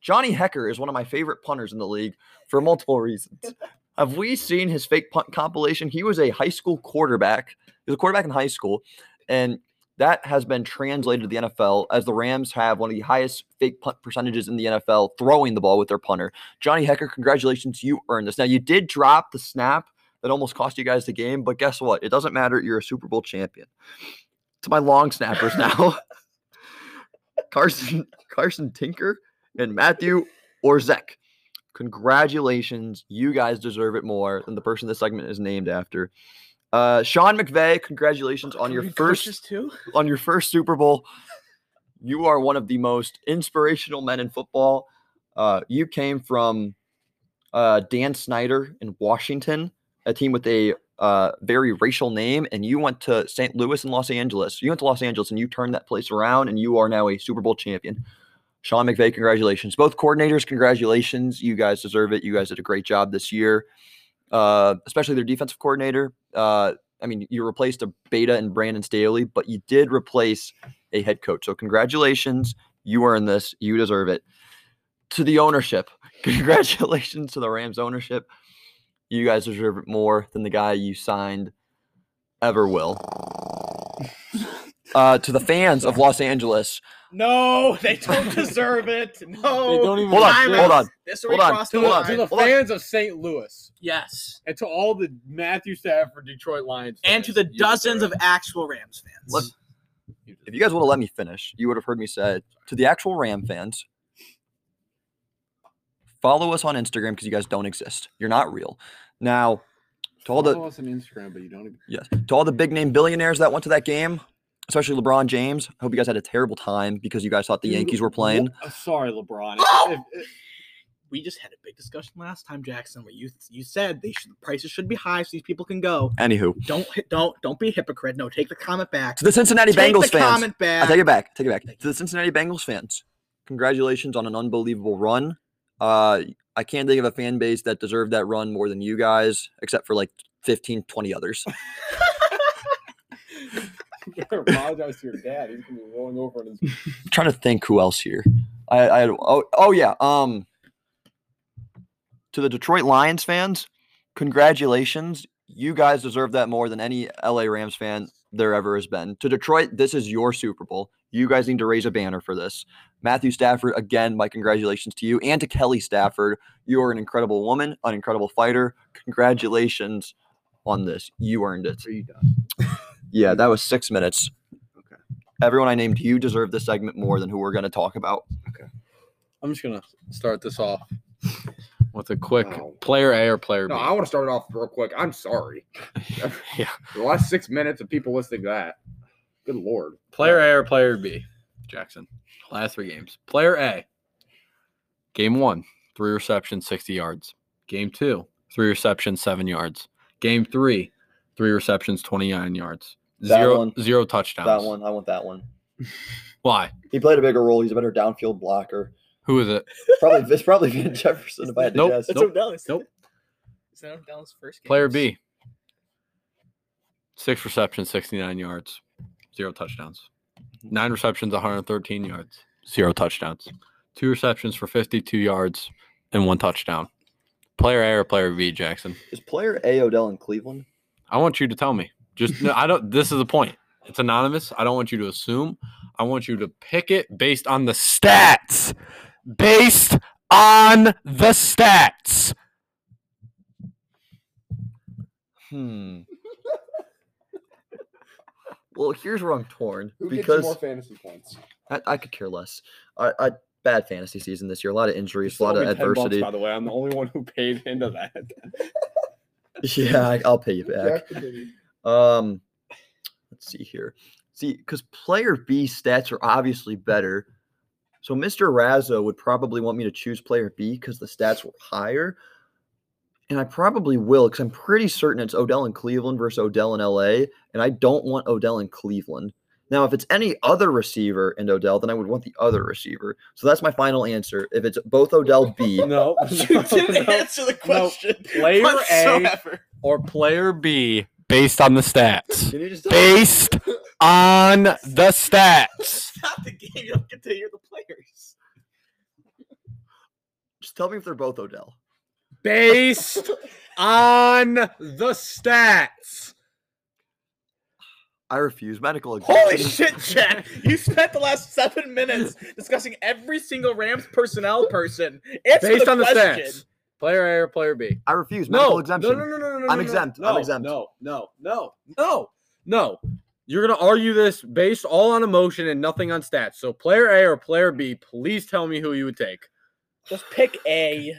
[SPEAKER 2] Johnny Hecker is one of my favorite punters in the league for multiple reasons. Have we seen his fake punt compilation? He was a high school quarterback. He was a quarterback in high school, and that has been translated to the NFL as the Rams have one of the highest fake punt percentages in the NFL throwing the ball with their punter. Johnny Hecker, congratulations, you earned this. Now you did drop the snap that almost cost you guys the game, but guess what? It doesn't matter. You're a Super Bowl champion. To my long snappers now. Carson Carson Tinker and Matthew Orzek. Congratulations. You guys deserve it more than the person this segment is named after. Uh, Sean McVay, congratulations on your first
[SPEAKER 6] two.
[SPEAKER 2] on your first Super Bowl. You are one of the most inspirational men in football. Uh, you came from uh, Dan Snyder in Washington, a team with a uh, very racial name, and you went to St. Louis and Los Angeles. You went to Los Angeles and you turned that place around, and you are now a Super Bowl champion. Sean McVay, congratulations. Both coordinators, congratulations. You guys deserve it. You guys did a great job this year, uh, especially their defensive coordinator. Uh, I mean, you replaced a Beta and Brandon Staley, but you did replace a head coach. So congratulations, You earned this. You deserve it. To the ownership, congratulations to the Rams ownership. You guys deserve it more than the guy you signed ever will. Uh, to the fans of Los Angeles,
[SPEAKER 1] No, they don't deserve it. No.
[SPEAKER 4] They don't even
[SPEAKER 2] hold on,
[SPEAKER 4] Time
[SPEAKER 2] hold on.
[SPEAKER 1] This already
[SPEAKER 2] hold on,
[SPEAKER 1] crossed
[SPEAKER 5] To
[SPEAKER 1] the
[SPEAKER 5] the,
[SPEAKER 2] hold on.
[SPEAKER 5] to
[SPEAKER 1] line.
[SPEAKER 5] the
[SPEAKER 2] Hold on.
[SPEAKER 5] fans of St. Louis
[SPEAKER 1] Yes.
[SPEAKER 5] and to all the Matthew Stafford Detroit Lions
[SPEAKER 1] And to
[SPEAKER 5] fans,
[SPEAKER 1] the
[SPEAKER 5] you deserve
[SPEAKER 1] dozens of
[SPEAKER 5] it.
[SPEAKER 1] actual Rams fans.
[SPEAKER 2] Look, if you guys would have let me finish, you would have heard me say to the actual Ram fans, follow us on Instagram because you guys don't exist. You're not real. Now, to all the
[SPEAKER 5] Follow us on Instagram, but you don't.
[SPEAKER 2] yes, to all the big name billionaires that went to that game, especially LeBron James, I hope you guys had a terrible time because you guys thought the
[SPEAKER 5] Dude,
[SPEAKER 2] Yankees were
[SPEAKER 5] what-
[SPEAKER 2] playing.
[SPEAKER 5] uh, sorry, LeBron. If- if-
[SPEAKER 1] we just had a big discussion last time, Jackson, where you you said they should prices should be high so these people can go.
[SPEAKER 2] Anywho,
[SPEAKER 1] Don't hi- don't don't be a hypocrite. No, take the comment back.
[SPEAKER 2] to the Cincinnati
[SPEAKER 1] take
[SPEAKER 2] Bengals
[SPEAKER 1] the
[SPEAKER 2] fans,
[SPEAKER 1] comment back.
[SPEAKER 2] I take it back. Take it back to the Cincinnati Bengals fans. Congratulations on an unbelievable run. Uh, I can't think of a fan base that deserved that run more than you guys, except for like 15, 20 others.
[SPEAKER 5] you better apologize to your dad. He's gonna be rolling over in his.
[SPEAKER 2] trying to think who else here. I, I oh, oh yeah. Um, to the Detroit Lions fans, congratulations. You guys deserve that more than any LA Rams fan there ever has been. To Detroit, this is your Super Bowl. You guys need to raise a banner for this. Matthew Stafford, again, my congratulations to you and to Kelly Stafford. You are an incredible woman, an incredible fighter. Congratulations on this. You earned it.
[SPEAKER 3] Are you done?
[SPEAKER 2] Yeah, that was six minutes.
[SPEAKER 3] Okay.
[SPEAKER 2] Everyone I named you deserve this segment more than who we're going to talk about.
[SPEAKER 5] I'm just gonna start this off.
[SPEAKER 4] With a quick
[SPEAKER 3] No.
[SPEAKER 4] player A or player B.
[SPEAKER 3] No, I want to start it off real quick. I'm sorry.
[SPEAKER 4] Yeah.
[SPEAKER 3] The last six minutes of people listening to that. Good lord.
[SPEAKER 4] Player A or player B? Jackson. Last three games. Player A. Game one, three receptions, 60 yards. Game two, three receptions, seven yards. Game three, three receptions, 29 yards.
[SPEAKER 2] That
[SPEAKER 4] Zero,
[SPEAKER 2] one.
[SPEAKER 4] zero touchdowns.
[SPEAKER 2] That one, I want that one.
[SPEAKER 4] Why?
[SPEAKER 2] He played a bigger role. He's a better downfield blocker.
[SPEAKER 4] Who is it?
[SPEAKER 2] Probably it's probably Van Jefferson if I had to
[SPEAKER 4] Nope.
[SPEAKER 2] guess.
[SPEAKER 1] That's
[SPEAKER 4] Nope.
[SPEAKER 1] O'Dell's.
[SPEAKER 4] Nope.
[SPEAKER 1] Is that O'Dell's first game?
[SPEAKER 4] Player B. Six receptions, 69 yards. Zero touchdowns.
[SPEAKER 5] Mm-hmm.
[SPEAKER 4] Nine receptions, 113 yards. Zero touchdowns. Two receptions for 52 yards and one touchdown. Player A or player B, Jackson?
[SPEAKER 2] Is player A Odell in Cleveland?
[SPEAKER 4] I want you to tell me. Just no, I don't. This is the point. It's anonymous. I don't want you to assume. I want you to pick it based on the stats. Based on the stats.
[SPEAKER 2] Hmm. well, here's where I'm torn
[SPEAKER 9] Who gets
[SPEAKER 2] because
[SPEAKER 9] more fantasy points?
[SPEAKER 2] I, I could care less. I, I had fantasy season this year. A lot of injuries, a lot of
[SPEAKER 5] Only 10 bucks,
[SPEAKER 2] adversity.
[SPEAKER 5] by the way, I'm the only one who paid into that.
[SPEAKER 2] yeah, I- I'll pay you back.
[SPEAKER 9] Jack continued.
[SPEAKER 2] Um, let's see here. See, because player B stats are obviously better. So Mr. Razzo would probably want me to choose player B because the stats were higher. And I probably will because I'm pretty certain it's Odell in Cleveland versus Odell in LA. And I don't want Odell in Cleveland. Now, if it's any other receiver and Odell, then I would want the other receiver. So that's my final answer. If it's both Odell B,
[SPEAKER 5] No,
[SPEAKER 1] You didn't answer the question.
[SPEAKER 5] Player
[SPEAKER 1] whatsoever.
[SPEAKER 4] Or player B based on the stats.
[SPEAKER 2] can you just
[SPEAKER 4] Based on the stats.
[SPEAKER 1] Stop the game. You don't get to hear the players.
[SPEAKER 2] just tell me if they're both Odell?
[SPEAKER 5] based on the stats.
[SPEAKER 2] I refuse medical.
[SPEAKER 1] Holy
[SPEAKER 2] exemption.
[SPEAKER 1] shit, Jack! You spent the last seven minutes discussing every single Rams personnel person. Answer
[SPEAKER 5] Based
[SPEAKER 1] the
[SPEAKER 5] on the
[SPEAKER 1] question.
[SPEAKER 5] stats. Player A or player B?
[SPEAKER 2] I refuse medical
[SPEAKER 5] No, no,
[SPEAKER 2] exemption.
[SPEAKER 5] no, no, no, no, no.
[SPEAKER 2] I'm
[SPEAKER 5] no,
[SPEAKER 2] exempt. I'm
[SPEAKER 5] No,
[SPEAKER 2] exempt.
[SPEAKER 5] No, no, no, no, no. You're gonna argue this based all on emotion and nothing on stats. So player A or player B? Please tell me who you would take.
[SPEAKER 1] Just pick A.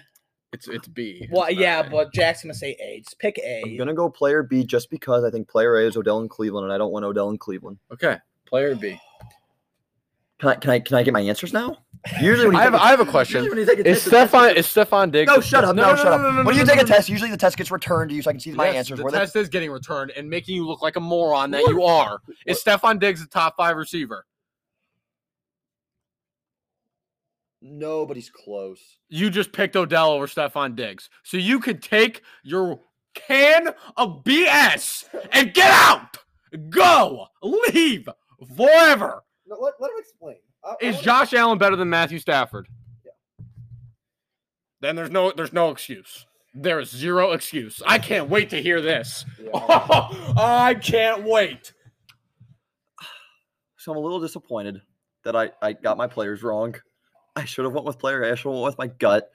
[SPEAKER 5] It's it's B.
[SPEAKER 1] Well,
[SPEAKER 5] It's not
[SPEAKER 1] yeah,
[SPEAKER 5] A.
[SPEAKER 1] but Jack's gonna say A. Just pick
[SPEAKER 2] I'm
[SPEAKER 1] A.
[SPEAKER 2] gonna go player B just because I think player A is Odell in Cleveland, and I don't want Odell in Cleveland.
[SPEAKER 5] okay, player B.
[SPEAKER 2] Can I can I can I get my answers now? Usually when you
[SPEAKER 4] I have,
[SPEAKER 2] take a-
[SPEAKER 4] I have a
[SPEAKER 2] usually
[SPEAKER 4] question.
[SPEAKER 2] when you take a
[SPEAKER 4] Is
[SPEAKER 2] test, the test
[SPEAKER 4] Stefan
[SPEAKER 2] gets-
[SPEAKER 4] is Stefan Diggs?
[SPEAKER 2] no, shut up! No, shut up! when you
[SPEAKER 4] no,
[SPEAKER 2] take
[SPEAKER 4] no,
[SPEAKER 2] a
[SPEAKER 4] no.
[SPEAKER 2] test, usually the test gets returned to you, so I can see my
[SPEAKER 4] Yes,
[SPEAKER 2] answers.
[SPEAKER 4] The
[SPEAKER 2] Where
[SPEAKER 4] test is getting returned and making you look like a moron that you are. Is Stefan Diggs a top five receiver?
[SPEAKER 2] nobody's close.
[SPEAKER 4] You just picked Odell over Stefan Diggs. So you can take your can of BS and get out. Go. Leave forever.
[SPEAKER 9] No, let, let him explain.
[SPEAKER 4] I- I
[SPEAKER 5] Is
[SPEAKER 4] wanna-
[SPEAKER 5] Josh Allen better than Matthew Stafford? Then there's no there's no excuse. There is zero excuse. I can't wait to hear this.
[SPEAKER 4] Yeah.
[SPEAKER 5] I can't wait.
[SPEAKER 2] So I'm a little disappointed that I, I got my players wrong. I should have went with player A. I should have went with my gut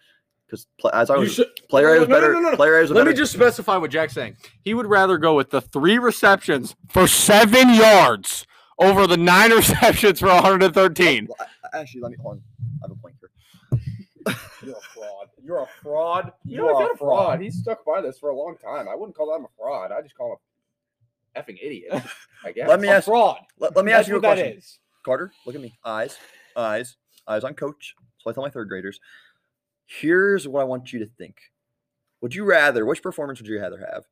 [SPEAKER 2] because pl- as I
[SPEAKER 5] You
[SPEAKER 2] was
[SPEAKER 5] should-
[SPEAKER 2] player A
[SPEAKER 5] No,
[SPEAKER 2] was
[SPEAKER 5] no, no,
[SPEAKER 2] better.
[SPEAKER 5] no, no, no.
[SPEAKER 2] Player A was a
[SPEAKER 5] Let
[SPEAKER 2] better.
[SPEAKER 5] me just specify what Jack's saying. He would rather go with the three receptions for seven yards over the nine receptions for 113.
[SPEAKER 2] Well, I- I- actually, let me hold on. I have a point here.
[SPEAKER 4] You're a fraud. You're a fraud.
[SPEAKER 10] You
[SPEAKER 4] You
[SPEAKER 10] know, he's
[SPEAKER 4] are
[SPEAKER 10] not
[SPEAKER 4] a fraud. He's stuck by this for a long time. I wouldn't call him a fraud. I just call him a effing idiot. I guess.
[SPEAKER 2] Let me
[SPEAKER 4] A
[SPEAKER 2] ask-
[SPEAKER 4] fraud.
[SPEAKER 2] Let, let me
[SPEAKER 4] That's
[SPEAKER 2] ask you a
[SPEAKER 4] what that
[SPEAKER 2] question.
[SPEAKER 4] is.
[SPEAKER 2] Carter, look at me. Eyes, eyes, eyes on coach. So I tell my third graders, here's what I want you to think. Would you rather, which performance would you rather have?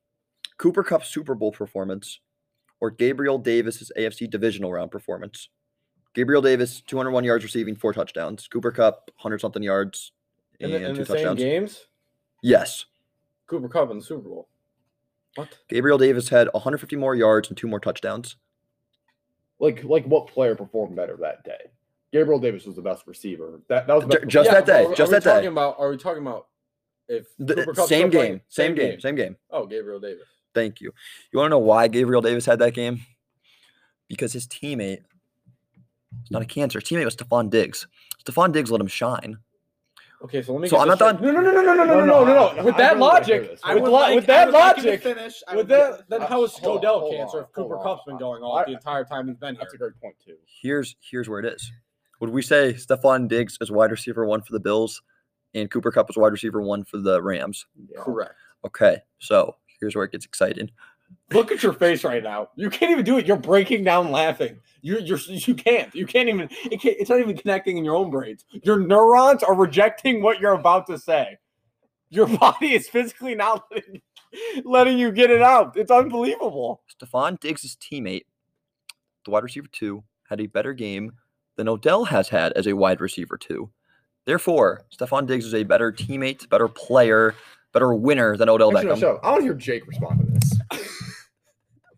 [SPEAKER 2] Cooper Cup's Super Bowl performance or Gabriel Davis's AFC divisional round performance? Gabriel Davis, 201 yards receiving, four touchdowns. Cooper Cup, 100 something yards
[SPEAKER 4] In
[SPEAKER 2] and
[SPEAKER 4] the, in
[SPEAKER 2] two
[SPEAKER 4] the same
[SPEAKER 2] touchdowns.
[SPEAKER 4] games,
[SPEAKER 2] Yes.
[SPEAKER 4] Cooper Cup in the Super Bowl. What?
[SPEAKER 2] Gabriel Davis had 150 more yards and two more touchdowns.
[SPEAKER 4] Like, like what player performed better that day? Gabriel Davis was the best receiver. That, that was
[SPEAKER 2] Ju-
[SPEAKER 4] the best
[SPEAKER 2] just
[SPEAKER 4] performer.
[SPEAKER 2] that day,
[SPEAKER 3] but
[SPEAKER 2] just
[SPEAKER 3] we
[SPEAKER 2] that day.
[SPEAKER 3] Talking about, are we talking about if
[SPEAKER 2] The-
[SPEAKER 3] Cooper Kupp's
[SPEAKER 2] same
[SPEAKER 3] still playing?
[SPEAKER 2] game, same game, same game.
[SPEAKER 3] Oh, Gabriel Davis.
[SPEAKER 2] Thank you. You want to know why Gabriel Davis had that game? Because his teammate, it's not a cancer, his teammate was Stephon Diggs. Stephon Diggs let him shine.
[SPEAKER 3] Okay, so let me.
[SPEAKER 2] So
[SPEAKER 3] get
[SPEAKER 2] I'm
[SPEAKER 3] this
[SPEAKER 2] not
[SPEAKER 3] straight. No, no, no, no, no, no, no, no, no, no. With
[SPEAKER 4] I
[SPEAKER 3] that
[SPEAKER 4] really wanna hear
[SPEAKER 3] logic,
[SPEAKER 4] this.
[SPEAKER 10] I
[SPEAKER 3] with,
[SPEAKER 10] would
[SPEAKER 3] lo-
[SPEAKER 10] like-
[SPEAKER 3] with
[SPEAKER 10] I
[SPEAKER 3] that
[SPEAKER 10] would like you to
[SPEAKER 3] logic,
[SPEAKER 10] finish. I
[SPEAKER 3] with
[SPEAKER 10] would like-
[SPEAKER 3] that, then
[SPEAKER 4] Uh,
[SPEAKER 3] how is
[SPEAKER 4] hold on,
[SPEAKER 3] Odell
[SPEAKER 4] hold
[SPEAKER 3] cancer
[SPEAKER 4] on,
[SPEAKER 3] if Cooper
[SPEAKER 4] hold on.
[SPEAKER 3] Cup's been going off
[SPEAKER 4] I-
[SPEAKER 3] the entire time he's been
[SPEAKER 4] That's a
[SPEAKER 3] here?
[SPEAKER 4] great point too.
[SPEAKER 2] Here's here's where it is. Would we say Stephon Diggs is wide receiver one for the Bills and Cooper Cup is wide receiver one for the Rams?
[SPEAKER 3] Correct.
[SPEAKER 2] Okay, so here's where it gets exciting.
[SPEAKER 3] Look at your face right now. You can't even do it. You're breaking down laughing. You you're you can't. You can't even. It can't, it's not even connecting in your own brains. Your neurons are rejecting what you're about to say. Your body is physically not letting, letting you get it out. It's unbelievable.
[SPEAKER 2] Stephon Diggs' teammate, the wide receiver two, had a better game than Odell has had as a wide receiver two. Therefore, Stephon Diggs is a better teammate, better player, better winner than Odell
[SPEAKER 4] Actually, no,
[SPEAKER 2] Beckham.
[SPEAKER 4] shut up. I want to hear Jake respond to this.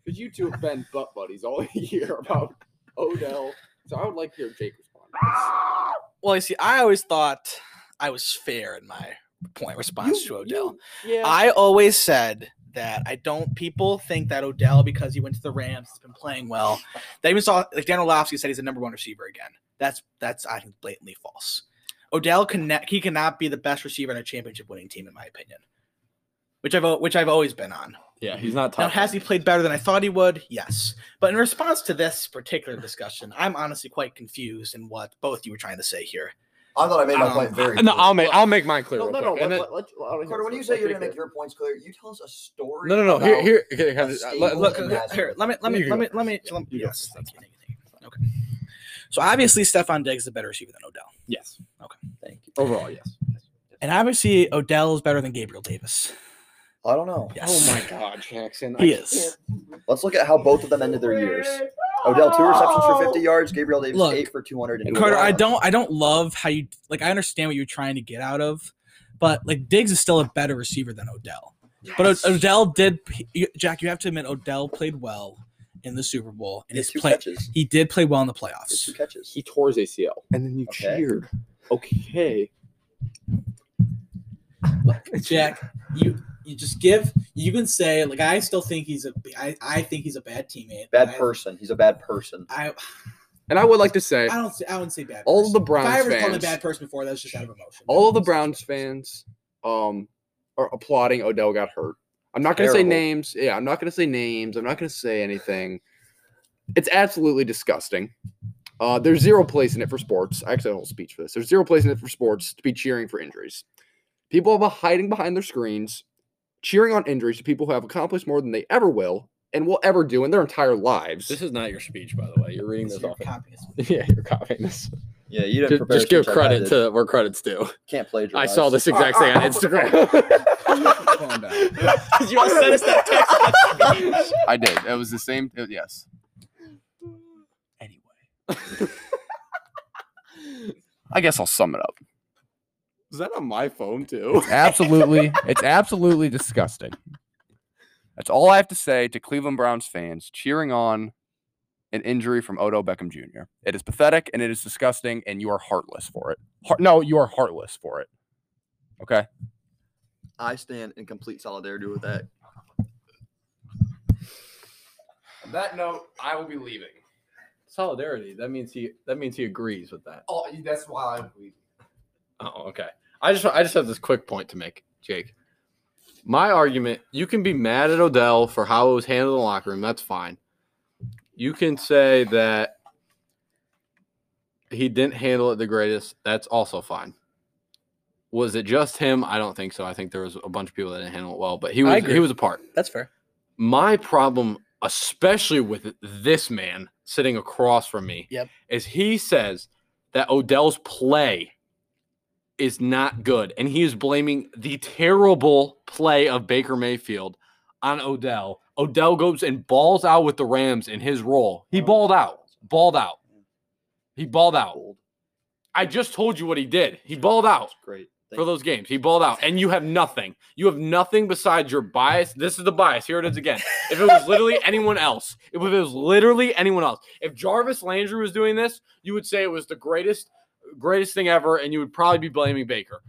[SPEAKER 4] But you two have been butt buddies all year about Odell, so I would like to hear Jake respond. To
[SPEAKER 1] Well, you see, I always thought I was fair in my point response to Odell.
[SPEAKER 4] yeah.
[SPEAKER 1] I always said that I don't. People think that Odell, because he went to the Rams, has been playing well. They even saw like Dan Orlovsky said he's the number one receiver again. That's that's I think blatantly false. Odell connect he cannot be the best receiver on a championship winning team in my opinion, which I've al- which I've always been on.
[SPEAKER 5] Yeah, he's not
[SPEAKER 1] Now has he played better than I thought he would? Yes. But in response to this particular discussion, I'm honestly quite confused in what both you were trying to say here. Um,
[SPEAKER 2] I thought I made
[SPEAKER 1] my point
[SPEAKER 2] very
[SPEAKER 5] No, I'll make I'll make mine clear.
[SPEAKER 4] no,
[SPEAKER 5] real
[SPEAKER 4] no, no.
[SPEAKER 5] quick. And
[SPEAKER 4] Let,
[SPEAKER 5] then-
[SPEAKER 4] let, let, I wanna hear
[SPEAKER 2] Carter, when
[SPEAKER 4] this.
[SPEAKER 2] you
[SPEAKER 4] Let
[SPEAKER 2] say you're
[SPEAKER 4] Jake
[SPEAKER 2] going to make
[SPEAKER 4] hear
[SPEAKER 2] your points clear, you tell us a story.
[SPEAKER 5] no, no, no. Here,
[SPEAKER 2] about-
[SPEAKER 5] here. Okay, guys,
[SPEAKER 2] Steve
[SPEAKER 5] let, let,
[SPEAKER 2] Wilson.
[SPEAKER 1] Uh, here, let me let me
[SPEAKER 5] You
[SPEAKER 1] let
[SPEAKER 5] go
[SPEAKER 1] me let me let me- yes. Thank you, thank you, thank you. Okay. So obviously Stefan Diggs is a better receiver than Odell.
[SPEAKER 5] yes.
[SPEAKER 1] Okay,
[SPEAKER 5] Thank you. Overall, yes.
[SPEAKER 1] And obviously Odell is better than Gabriel Davis.
[SPEAKER 2] I don't know.
[SPEAKER 1] Yes.
[SPEAKER 3] God, Jackson.
[SPEAKER 1] He is.
[SPEAKER 2] Let's look at how both of them ended their years. Odell,
[SPEAKER 4] Ah!
[SPEAKER 2] two receptions for 50 yards. Gabriel Davis,
[SPEAKER 1] Look,
[SPEAKER 2] eight for 200. and
[SPEAKER 1] Carter,
[SPEAKER 2] one
[SPEAKER 1] I
[SPEAKER 2] yard.
[SPEAKER 1] don't I don't love how you like I understand what you're trying to get out of, but like Diggs is still a better receiver than Odell. But O- Odell did you- Jack, you have to admit Odell played well in the Super Bowl
[SPEAKER 2] He
[SPEAKER 1] and
[SPEAKER 2] had
[SPEAKER 1] his
[SPEAKER 2] two
[SPEAKER 1] play
[SPEAKER 2] catches.
[SPEAKER 1] he did play well in the
[SPEAKER 2] He had two
[SPEAKER 1] playoffs.
[SPEAKER 2] catches.
[SPEAKER 3] He tore his ACL.
[SPEAKER 4] And then you
[SPEAKER 2] Okay.
[SPEAKER 4] cheered. Okay.
[SPEAKER 1] Jack, you you just give you can say like I still think he's a I, I think he's a bad teammate.
[SPEAKER 2] Bad
[SPEAKER 1] I-
[SPEAKER 2] person. He's a bad person.
[SPEAKER 1] I
[SPEAKER 3] And I would like to say,
[SPEAKER 1] I don't say, I wouldn't say bad.
[SPEAKER 3] All
[SPEAKER 1] person.
[SPEAKER 3] the Browns
[SPEAKER 1] If I ever called him a
[SPEAKER 3] fans-
[SPEAKER 1] bad person before, that was just out of emotion.
[SPEAKER 3] all of the Browns fans um are applauding Odell got hurt. I'm not going to say
[SPEAKER 2] Terrible.
[SPEAKER 3] names. Yeah, I'm not going to say names. I'm not going to say anything. It's absolutely disgusting. Uh, there's zero place in it for sports. I actually had a whole speech for this. There's zero place in it for sports to be cheering for injuries. People are hiding behind their screens, cheering on injuries to people who have accomplished more than they ever will and will ever do in their entire lives.
[SPEAKER 5] This is not your speech, by the way. You're reading this
[SPEAKER 1] You're
[SPEAKER 5] off.
[SPEAKER 1] copying us.
[SPEAKER 5] Yeah, you're copying this.
[SPEAKER 2] Yeah, you didn't
[SPEAKER 5] Just,
[SPEAKER 2] prepare.
[SPEAKER 5] just give
[SPEAKER 2] as much as I
[SPEAKER 5] credit
[SPEAKER 2] did.
[SPEAKER 5] to where credit's due.
[SPEAKER 2] Can't
[SPEAKER 5] I
[SPEAKER 2] plagiarize.
[SPEAKER 5] saw this exact thing on
[SPEAKER 3] Calm down.
[SPEAKER 5] Instagram.
[SPEAKER 10] you all sent us that text.
[SPEAKER 3] I did. It was the same. it- yes.
[SPEAKER 1] Anyway,
[SPEAKER 3] I guess I'll sum it up. Is that on my phone too?
[SPEAKER 11] absolutely it's absolutely disgusting
[SPEAKER 3] That's all I have to say to Cleveland Browns fans cheering on an injury from Odo Beckham Jr. It is pathetic and it is disgusting, and you are heartless for it. Heart- no, you are heartless for it. Okay.
[SPEAKER 2] I stand in complete solidarity with that.
[SPEAKER 12] On that note, I will be leaving.
[SPEAKER 4] Solidarity. That means he. That means he agrees with that.
[SPEAKER 5] Oh, that's why I'm leaving.
[SPEAKER 4] Oh, okay. I just I just have this quick point to make, Jake. My argument, you can be mad at Odell for how it was handled in the locker room. That's fine. You can say that he didn't handle it the greatest. That's also fine. Was it just him? I don't think so. I think there was a bunch of people that didn't handle it well, but he
[SPEAKER 1] I
[SPEAKER 4] was
[SPEAKER 1] agree.
[SPEAKER 4] he was a part.
[SPEAKER 1] That's fair.
[SPEAKER 4] My problem, especially with this man sitting across from me,
[SPEAKER 1] Yep.
[SPEAKER 4] is he says that Odell's play is not good, and he is blaming the terrible play of Baker Mayfield on Odell. Odell goes and balls out with the Rams in his role.
[SPEAKER 12] Oh.
[SPEAKER 4] He balled out, balled out. He balled out. I just told you what he did. He balled out
[SPEAKER 2] That's great. Thank
[SPEAKER 4] for those games. He balled out, and you have nothing. You have nothing besides your bias. This is the bias. Here it is again. If it was literally anyone else, if it was literally anyone else, if Jarvis Landry was doing this, you would say it was the greatest, greatest thing ever, and you would probably be blaming Baker.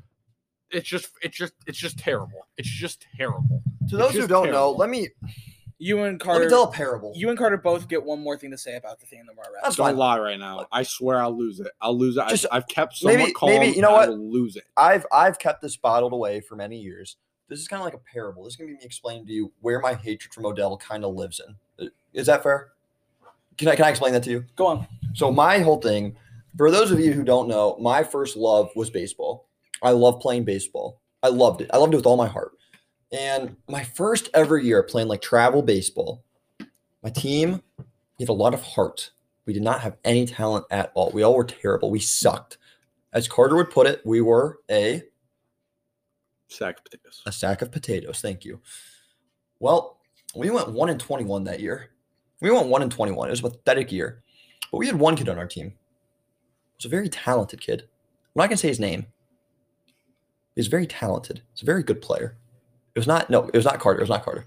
[SPEAKER 4] It's just, it's just, it's just terrible. It's just terrible.
[SPEAKER 2] To those who
[SPEAKER 4] just
[SPEAKER 2] don't know,
[SPEAKER 4] terrible.
[SPEAKER 2] let me
[SPEAKER 1] You and
[SPEAKER 2] let
[SPEAKER 1] Carter.
[SPEAKER 2] me tell a parable.
[SPEAKER 1] you and Carter both get one more thing to say about the thing that we're
[SPEAKER 2] That's
[SPEAKER 5] Don't
[SPEAKER 2] fine.
[SPEAKER 5] lie right now. I swear I'll lose it. I'll lose it.
[SPEAKER 2] Just-
[SPEAKER 5] I, I've kept so
[SPEAKER 2] maybe-
[SPEAKER 5] much calm.
[SPEAKER 2] maybe- you know
[SPEAKER 5] I
[SPEAKER 2] what?
[SPEAKER 5] will lose it.
[SPEAKER 2] I've I've kept this bottled away for many years. This is kind of like a parable. This is gonna be me explaining to you where my hatred from Odell kind of lives in. Is that fair? Can I can I explain that to you?
[SPEAKER 1] Go on.
[SPEAKER 2] So my whole thing, for those of you who don't know, my first love was baseball. I love playing baseball. I loved it. I loved it with all my heart. And my first ever year playing like travel baseball, my team we had a lot of heart. We did not have any talent at all. We all were terrible. We sucked. As Carter would put it, we were a
[SPEAKER 5] Sack of potatoes.
[SPEAKER 2] a sack of potatoes. Thank you. Well, we went one and twenty-one that year. We went one and twenty-one. It was a pathetic year, but we had one kid on our team. He was a very talented kid. I'm not gonna say his name. He's very talented. He's a very good player. It was not no. It was not Carter. It was not Carter.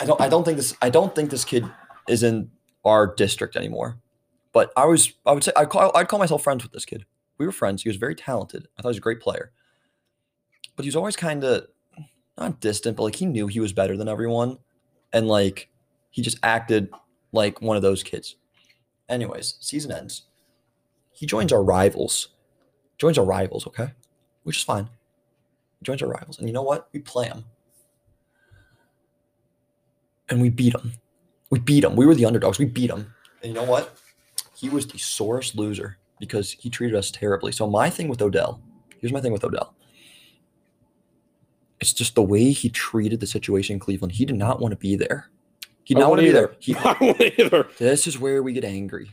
[SPEAKER 2] I don't. I don't think this. I don't think this kid is in our district anymore. But I was. I would say. I call. I'd call myself friends with this kid. We were friends. He was very talented. I thought he was a great player. But he was always kind of not distant, but like he knew he was better than everyone. And like he just acted like one of those kids. Anyways, season ends. He joins our rivals. Joins our rivals, okay? Which is fine. He joins our rivals. And you know what? We play him. And we beat him. We beat him. We were the underdogs. We beat him. And you know what? He was the sorest loser because he treated us terribly. So my thing with Odell, here's my thing with Odell it's just the way he treated the situation in Cleveland. He did not want to be there. He did
[SPEAKER 5] I
[SPEAKER 2] not want to be
[SPEAKER 5] wouldn't
[SPEAKER 2] there. He,
[SPEAKER 5] I won't either
[SPEAKER 2] this is where we get angry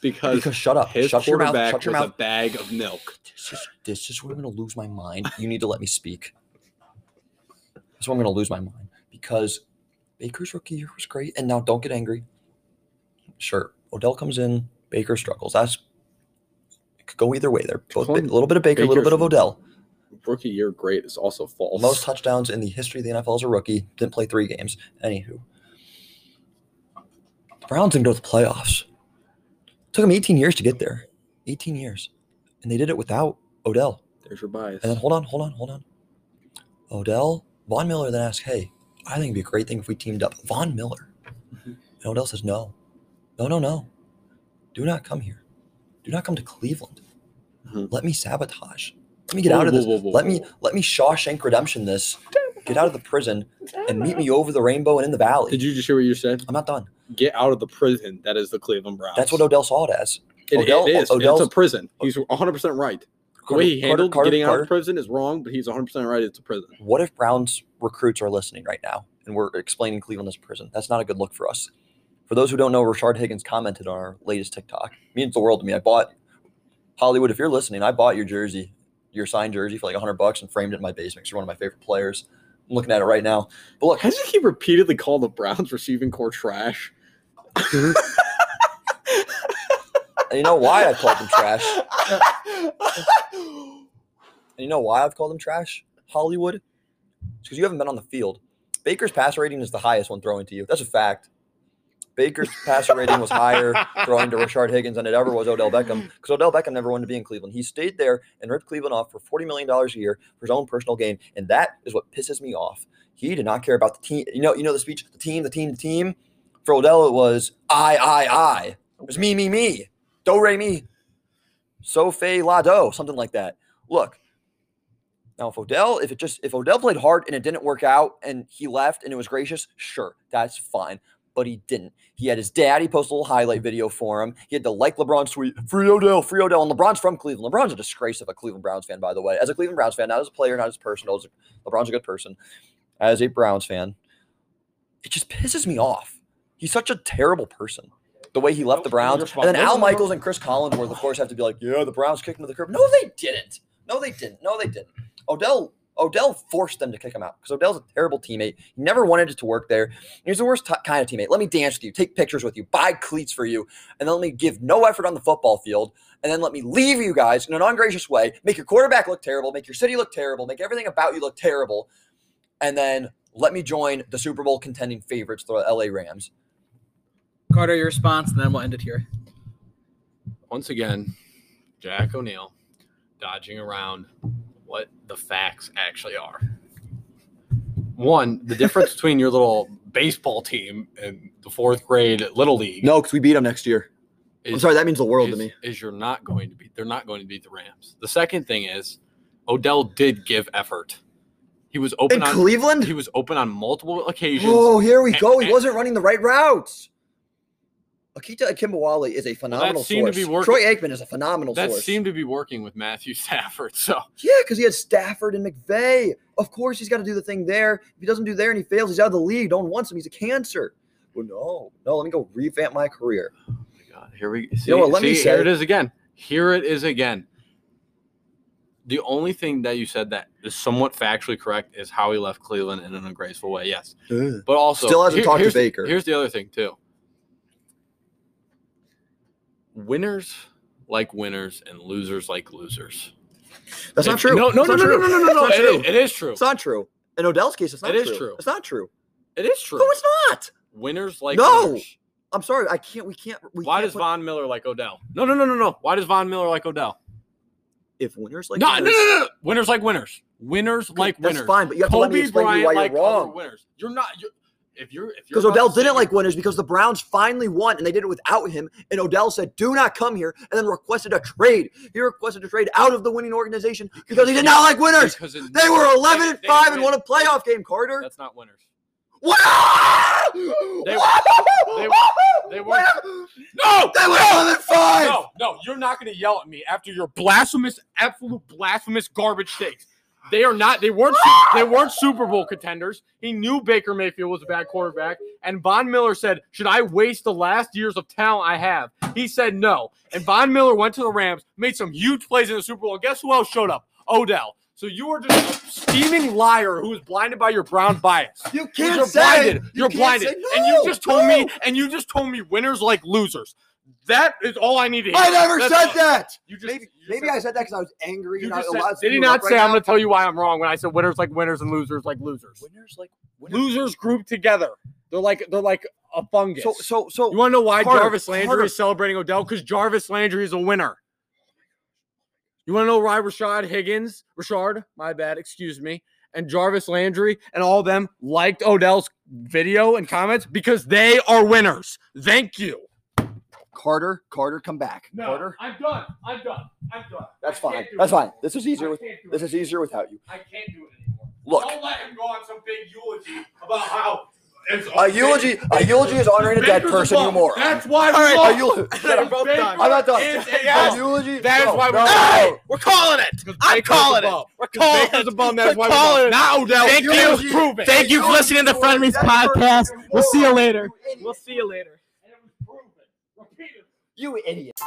[SPEAKER 5] because,
[SPEAKER 2] because shut up,
[SPEAKER 5] his
[SPEAKER 2] shut your mouth,
[SPEAKER 5] quarterback
[SPEAKER 2] shut your
[SPEAKER 5] was
[SPEAKER 2] mouth.
[SPEAKER 5] a bag of milk.
[SPEAKER 2] This is this is where I'm gonna lose my mind. You need to let me speak. This is where I'm gonna lose my mind because Baker's rookie year was great, and now don't get angry. Sure, Odell comes in, Baker struggles. That's it could go either way. There, both a
[SPEAKER 5] Calling
[SPEAKER 2] little bit of Baker, a little
[SPEAKER 5] Baker
[SPEAKER 2] bit of Odell.
[SPEAKER 5] Rookie year great is also false.
[SPEAKER 2] most touchdowns in the history of the NFL as a rookie. Didn't play three games. Anywho, the Browns didn't go to the playoffs. Took them 18 years to get there. 18 years, and they did it without Odell.
[SPEAKER 5] There's your bias.
[SPEAKER 2] And then hold on, hold on, hold on. Odell, Von Miller then asked, Hey, I think it'd be a great thing if we teamed up. Von Miller.
[SPEAKER 5] Mm-hmm.
[SPEAKER 2] And Odell says, No, no, no, no. Do not come here. Do not come to Cleveland.
[SPEAKER 5] Mhm.
[SPEAKER 2] Let me sabotage. Let me get
[SPEAKER 5] Whoa,
[SPEAKER 2] out of
[SPEAKER 5] whoa,
[SPEAKER 2] this.
[SPEAKER 5] whoa, whoa,
[SPEAKER 2] let me
[SPEAKER 5] whoa.
[SPEAKER 2] let me Shawshank redemption this. Get out of the prison and meet me over the rainbow and in the valley.
[SPEAKER 5] Did you just hear what you said?
[SPEAKER 2] I'm not done.
[SPEAKER 5] Get out of the prison. That is the Cleveland Browns.
[SPEAKER 2] That's what Odell saw it as.
[SPEAKER 5] It-
[SPEAKER 2] Odell-
[SPEAKER 5] it is.
[SPEAKER 2] Odell's-
[SPEAKER 5] it's a prison.
[SPEAKER 13] Oh.
[SPEAKER 5] He's 100 percent right. The way he handled getting out of prison is wrong, but he's 100 percent right. It's a prison.
[SPEAKER 2] what if Browns recruits are listening right now and we're explaining Cleveland as a prison? That's not a good look for us. For those who don't know, Rashard Higgins commented on our latest TikTok. means the world to me. I bought Hollywood. If you're listening, I bought your jersey, your signed jersey for like 100 bucks and framed it in my basement. 'cause You're one of my favorite players. I'm looking at it right now. But look,
[SPEAKER 5] How does he keep repeatedly call the Browns receiving core trash?
[SPEAKER 2] and you know why I called them trash?
[SPEAKER 5] That's
[SPEAKER 2] And you know why I've called them trash? Hollywood? It's because you haven't been on the field. Baker's passer rating is the highest when throwing to you. That's a fact. Baker's passer rating was higher throwing to Rashard Higgins than it ever was Odell Beckham because Odell Beckham never wanted to be in Cleveland. He stayed there and ripped Cleveland off for $40 million a year for his own personal gain. And that is what pisses me off. He did not care about the team. You know, you know the speech, the team, the team, the team. For Odell, it was I, I, I. It was me, me, me. Do, re, me. So, fe, la, do. Something like that. Look, now, if Odell, if it just if Odell played hard and it didn't work out and he left and it was gracious, sure, that's fine. But he didn't. He had his dad. He posted a little highlight video for him. He had to like LeBron's tweet, free Odell, free Odell. And LeBron's from Cleveland. LeBron's a disgrace of a Cleveland Browns fan, by the way. As a Cleveland Browns fan, not as a player, not as a person. as a- LeBron's a good person. As a Browns fan, it just pisses me off. He's such a terrible person. The way he left the Browns. And then Al Michaels and Chris Collinsworth, of course, have to be like, yeah, the Browns kicked him to the curb. No, they didn't. No, they didn't. No, they didn't. Odell Odell forced them to kick him out because Odell's a terrible teammate. He never wanted it to work there. He was the worst t- kind of teammate. Let me dance with you, take pictures with you, buy cleats for you, and then let me give no effort on the football field, and then let me leave you guys in an ungracious way, make your quarterback look terrible, make your city look terrible, make everything about you look terrible, and then let me join the Super Bowl contending favorites, the LA Rams.
[SPEAKER 14] Carter, your response, and then we'll end it here.
[SPEAKER 13] once again, Jack O'Neill dodging around what the facts actually are. One, the difference between your little baseball team and the fourth grade little league.
[SPEAKER 2] No, because we beat them next year. I'm
[SPEAKER 13] is-
[SPEAKER 2] sorry, that means the world to
[SPEAKER 13] is-
[SPEAKER 2] me.
[SPEAKER 13] Is you're not going to beat. They're not going to beat the Rams. The second thing is, Odell did give effort. He was open
[SPEAKER 2] In
[SPEAKER 13] on.
[SPEAKER 2] Cleveland?
[SPEAKER 13] He was open on multiple occasions.
[SPEAKER 2] Oh, here we
[SPEAKER 13] and-
[SPEAKER 2] go. He
[SPEAKER 13] and-
[SPEAKER 2] wasn't running the right routes. Akita Akimbawale is a phenomenal
[SPEAKER 13] seemed to
[SPEAKER 2] source.
[SPEAKER 13] be working-
[SPEAKER 2] Troy Aikman is a phenomenal
[SPEAKER 13] that
[SPEAKER 2] source.
[SPEAKER 13] seemed to be working with Matthew Stafford. So
[SPEAKER 2] yeah, because he had Stafford and McVay. Of course, he's got to do the thing there. If he doesn't do there and he fails, he's out of the league. No one wants him. He's a cancer. Well, no, no. Let me go revamp my career.
[SPEAKER 13] God, here we see.
[SPEAKER 2] know what, let me
[SPEAKER 13] see,
[SPEAKER 2] say-
[SPEAKER 13] here it is again. Here it is again. The only thing that you said that is somewhat factually correct is how he left Cleveland in an ungraceful way. Yes, but also
[SPEAKER 2] Still hasn't talked to
[SPEAKER 13] here's-
[SPEAKER 2] Baker.
[SPEAKER 13] Here's the other thing too. Winners like winners and losers like losers.
[SPEAKER 2] That's not
[SPEAKER 13] If-
[SPEAKER 2] true.
[SPEAKER 13] No, no,
[SPEAKER 2] That's
[SPEAKER 13] no,
[SPEAKER 2] not
[SPEAKER 13] no, no,
[SPEAKER 2] true.
[SPEAKER 13] no, no, no,
[SPEAKER 2] That's
[SPEAKER 13] no.
[SPEAKER 2] not
[SPEAKER 13] It
[SPEAKER 2] true.
[SPEAKER 13] is- It is true.
[SPEAKER 2] It's not true. In Odell's case, it's not
[SPEAKER 13] It
[SPEAKER 2] true.
[SPEAKER 13] is true.
[SPEAKER 2] It's not true.
[SPEAKER 13] It is true.
[SPEAKER 2] No, it's not.
[SPEAKER 13] Winners like
[SPEAKER 2] No!
[SPEAKER 13] winners.
[SPEAKER 2] I'm sorry. I can't. We can't. We
[SPEAKER 13] Why
[SPEAKER 2] can't
[SPEAKER 13] does
[SPEAKER 2] put-
[SPEAKER 13] Von Miller like Odell? No, no, no, no, no. Why does Von Miller like Odell?
[SPEAKER 2] if winners like
[SPEAKER 13] no, no,
[SPEAKER 2] winners-
[SPEAKER 13] no, no. Winners like winners. Winners like
[SPEAKER 2] that's
[SPEAKER 13] winners.
[SPEAKER 2] fine, but you have to let me
[SPEAKER 13] Kobe
[SPEAKER 2] explain to
[SPEAKER 13] Bryant
[SPEAKER 2] you why
[SPEAKER 13] like
[SPEAKER 2] you're
[SPEAKER 13] other
[SPEAKER 2] wrong.
[SPEAKER 13] winners. You're not. You're, if you're if you're
[SPEAKER 2] Because
[SPEAKER 13] about
[SPEAKER 2] oh. Odell
[SPEAKER 13] to say-
[SPEAKER 2] didn't like winners because the Browns finally won and they did it without him. And Odell said, do not come here, and then requested a trade. He requested a trade out of the winning organization because he did not like winners.
[SPEAKER 13] because it-
[SPEAKER 2] They were 11 and
[SPEAKER 13] they
[SPEAKER 2] 5 and won
[SPEAKER 13] win.
[SPEAKER 2] a playoff game, Carter.
[SPEAKER 13] That's not winners.
[SPEAKER 2] What?
[SPEAKER 13] They- they- they were-
[SPEAKER 2] No! They were 11 and 5!
[SPEAKER 13] No, no, you're not going to yell at me after your blasphemous, absolute blasphemous garbage takes. They are not. They weren't. They weren't Super Bowl contenders. He knew Baker Mayfield was a bad quarterback, and Von Miller said, "Should I waste the last years of talent I have?" He said no, and Von Miller went to the Rams, made some huge plays in the Super Bowl, and guess who else showed up? Odell. So you are just a steaming liar who is blinded by your brown bias.
[SPEAKER 2] You can't
[SPEAKER 13] You're
[SPEAKER 2] say.
[SPEAKER 13] blinded.
[SPEAKER 2] you
[SPEAKER 13] You're
[SPEAKER 2] can't
[SPEAKER 13] blinded.
[SPEAKER 2] say,
[SPEAKER 13] and you
[SPEAKER 2] "No,
[SPEAKER 13] just told
[SPEAKER 2] no."
[SPEAKER 13] me. And you just told me winners like losers. That is all I need to hear.
[SPEAKER 2] I never
[SPEAKER 13] That's
[SPEAKER 2] said
[SPEAKER 13] all-
[SPEAKER 2] that.
[SPEAKER 13] You just,
[SPEAKER 2] Maybe,
[SPEAKER 13] you just
[SPEAKER 2] maybe
[SPEAKER 13] said-
[SPEAKER 2] I said that because I was angry.
[SPEAKER 13] You
[SPEAKER 2] and I-
[SPEAKER 13] just
[SPEAKER 2] a
[SPEAKER 13] said-
[SPEAKER 2] lot of
[SPEAKER 13] did he
[SPEAKER 2] people
[SPEAKER 13] not
[SPEAKER 2] right
[SPEAKER 13] say I'm
[SPEAKER 2] now-
[SPEAKER 13] going to tell you why I'm wrong when I said winners like winners and losers like losers?
[SPEAKER 2] Winners like
[SPEAKER 13] Losers group together. They're like they're like a fungus.
[SPEAKER 2] So, so, so.
[SPEAKER 13] you want to know why
[SPEAKER 2] Carter,
[SPEAKER 13] Jarvis Landry
[SPEAKER 2] Carter.
[SPEAKER 13] is celebrating Odell? Because Jarvis Landry is a winner. You want to know why Rashad Higgins, Rashard, my bad, excuse me, and Jarvis Landry and all of them liked Odell's video and comments? Because they are winners. Thank you.
[SPEAKER 2] Carter, Carter, come back. Carter,
[SPEAKER 13] I'm done. I'm done. I'm done.
[SPEAKER 2] that's fine. That's fine. This is easier. With, this is easier without you.
[SPEAKER 13] I can't do it anymore.
[SPEAKER 2] Look,
[SPEAKER 13] Don't let him go on some big eulogy about how it's
[SPEAKER 2] a eulogy, a eulogy is honoring a dead
[SPEAKER 13] Baker's
[SPEAKER 2] person. You
[SPEAKER 13] bum.
[SPEAKER 2] moron.
[SPEAKER 13] That's why
[SPEAKER 2] All
[SPEAKER 13] we
[SPEAKER 2] right,
[SPEAKER 13] lost.
[SPEAKER 2] a eulogy. Shut up.
[SPEAKER 13] Baker
[SPEAKER 2] I'm not done.
[SPEAKER 13] is a
[SPEAKER 2] A
[SPEAKER 13] bum.
[SPEAKER 2] eulogy.
[SPEAKER 13] That is
[SPEAKER 2] no,
[SPEAKER 13] why we
[SPEAKER 2] no,
[SPEAKER 13] lost.
[SPEAKER 2] no.
[SPEAKER 1] We're calling it. I'm
[SPEAKER 13] Baker's a
[SPEAKER 1] calling
[SPEAKER 13] bum.
[SPEAKER 1] it. We're calling
[SPEAKER 13] Baker's
[SPEAKER 1] it.
[SPEAKER 13] a bum. That's
[SPEAKER 1] We're
[SPEAKER 13] why we're
[SPEAKER 1] calling
[SPEAKER 13] done.
[SPEAKER 1] it.
[SPEAKER 13] Now Odell.
[SPEAKER 1] Thank
[SPEAKER 13] Odell's
[SPEAKER 1] you.
[SPEAKER 13] proven.
[SPEAKER 1] Thank you for listening to the Frenemies podcast. We'll see you later. We'll see you later.
[SPEAKER 2] You idiot.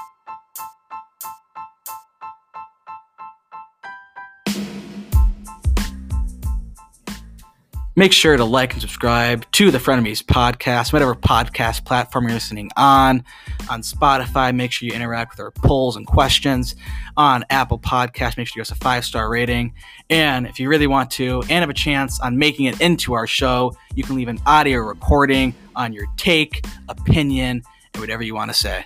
[SPEAKER 1] Make sure to like and subscribe to the Frenemies podcast, whatever podcast platform you're listening on. On Spotify, make sure you interact with our polls and questions. On Apple Podcasts, make sure you give us a five star rating. And if you really want to and have a chance on making it into our show, you can leave an audio recording on your take, opinion, and whatever you want to say.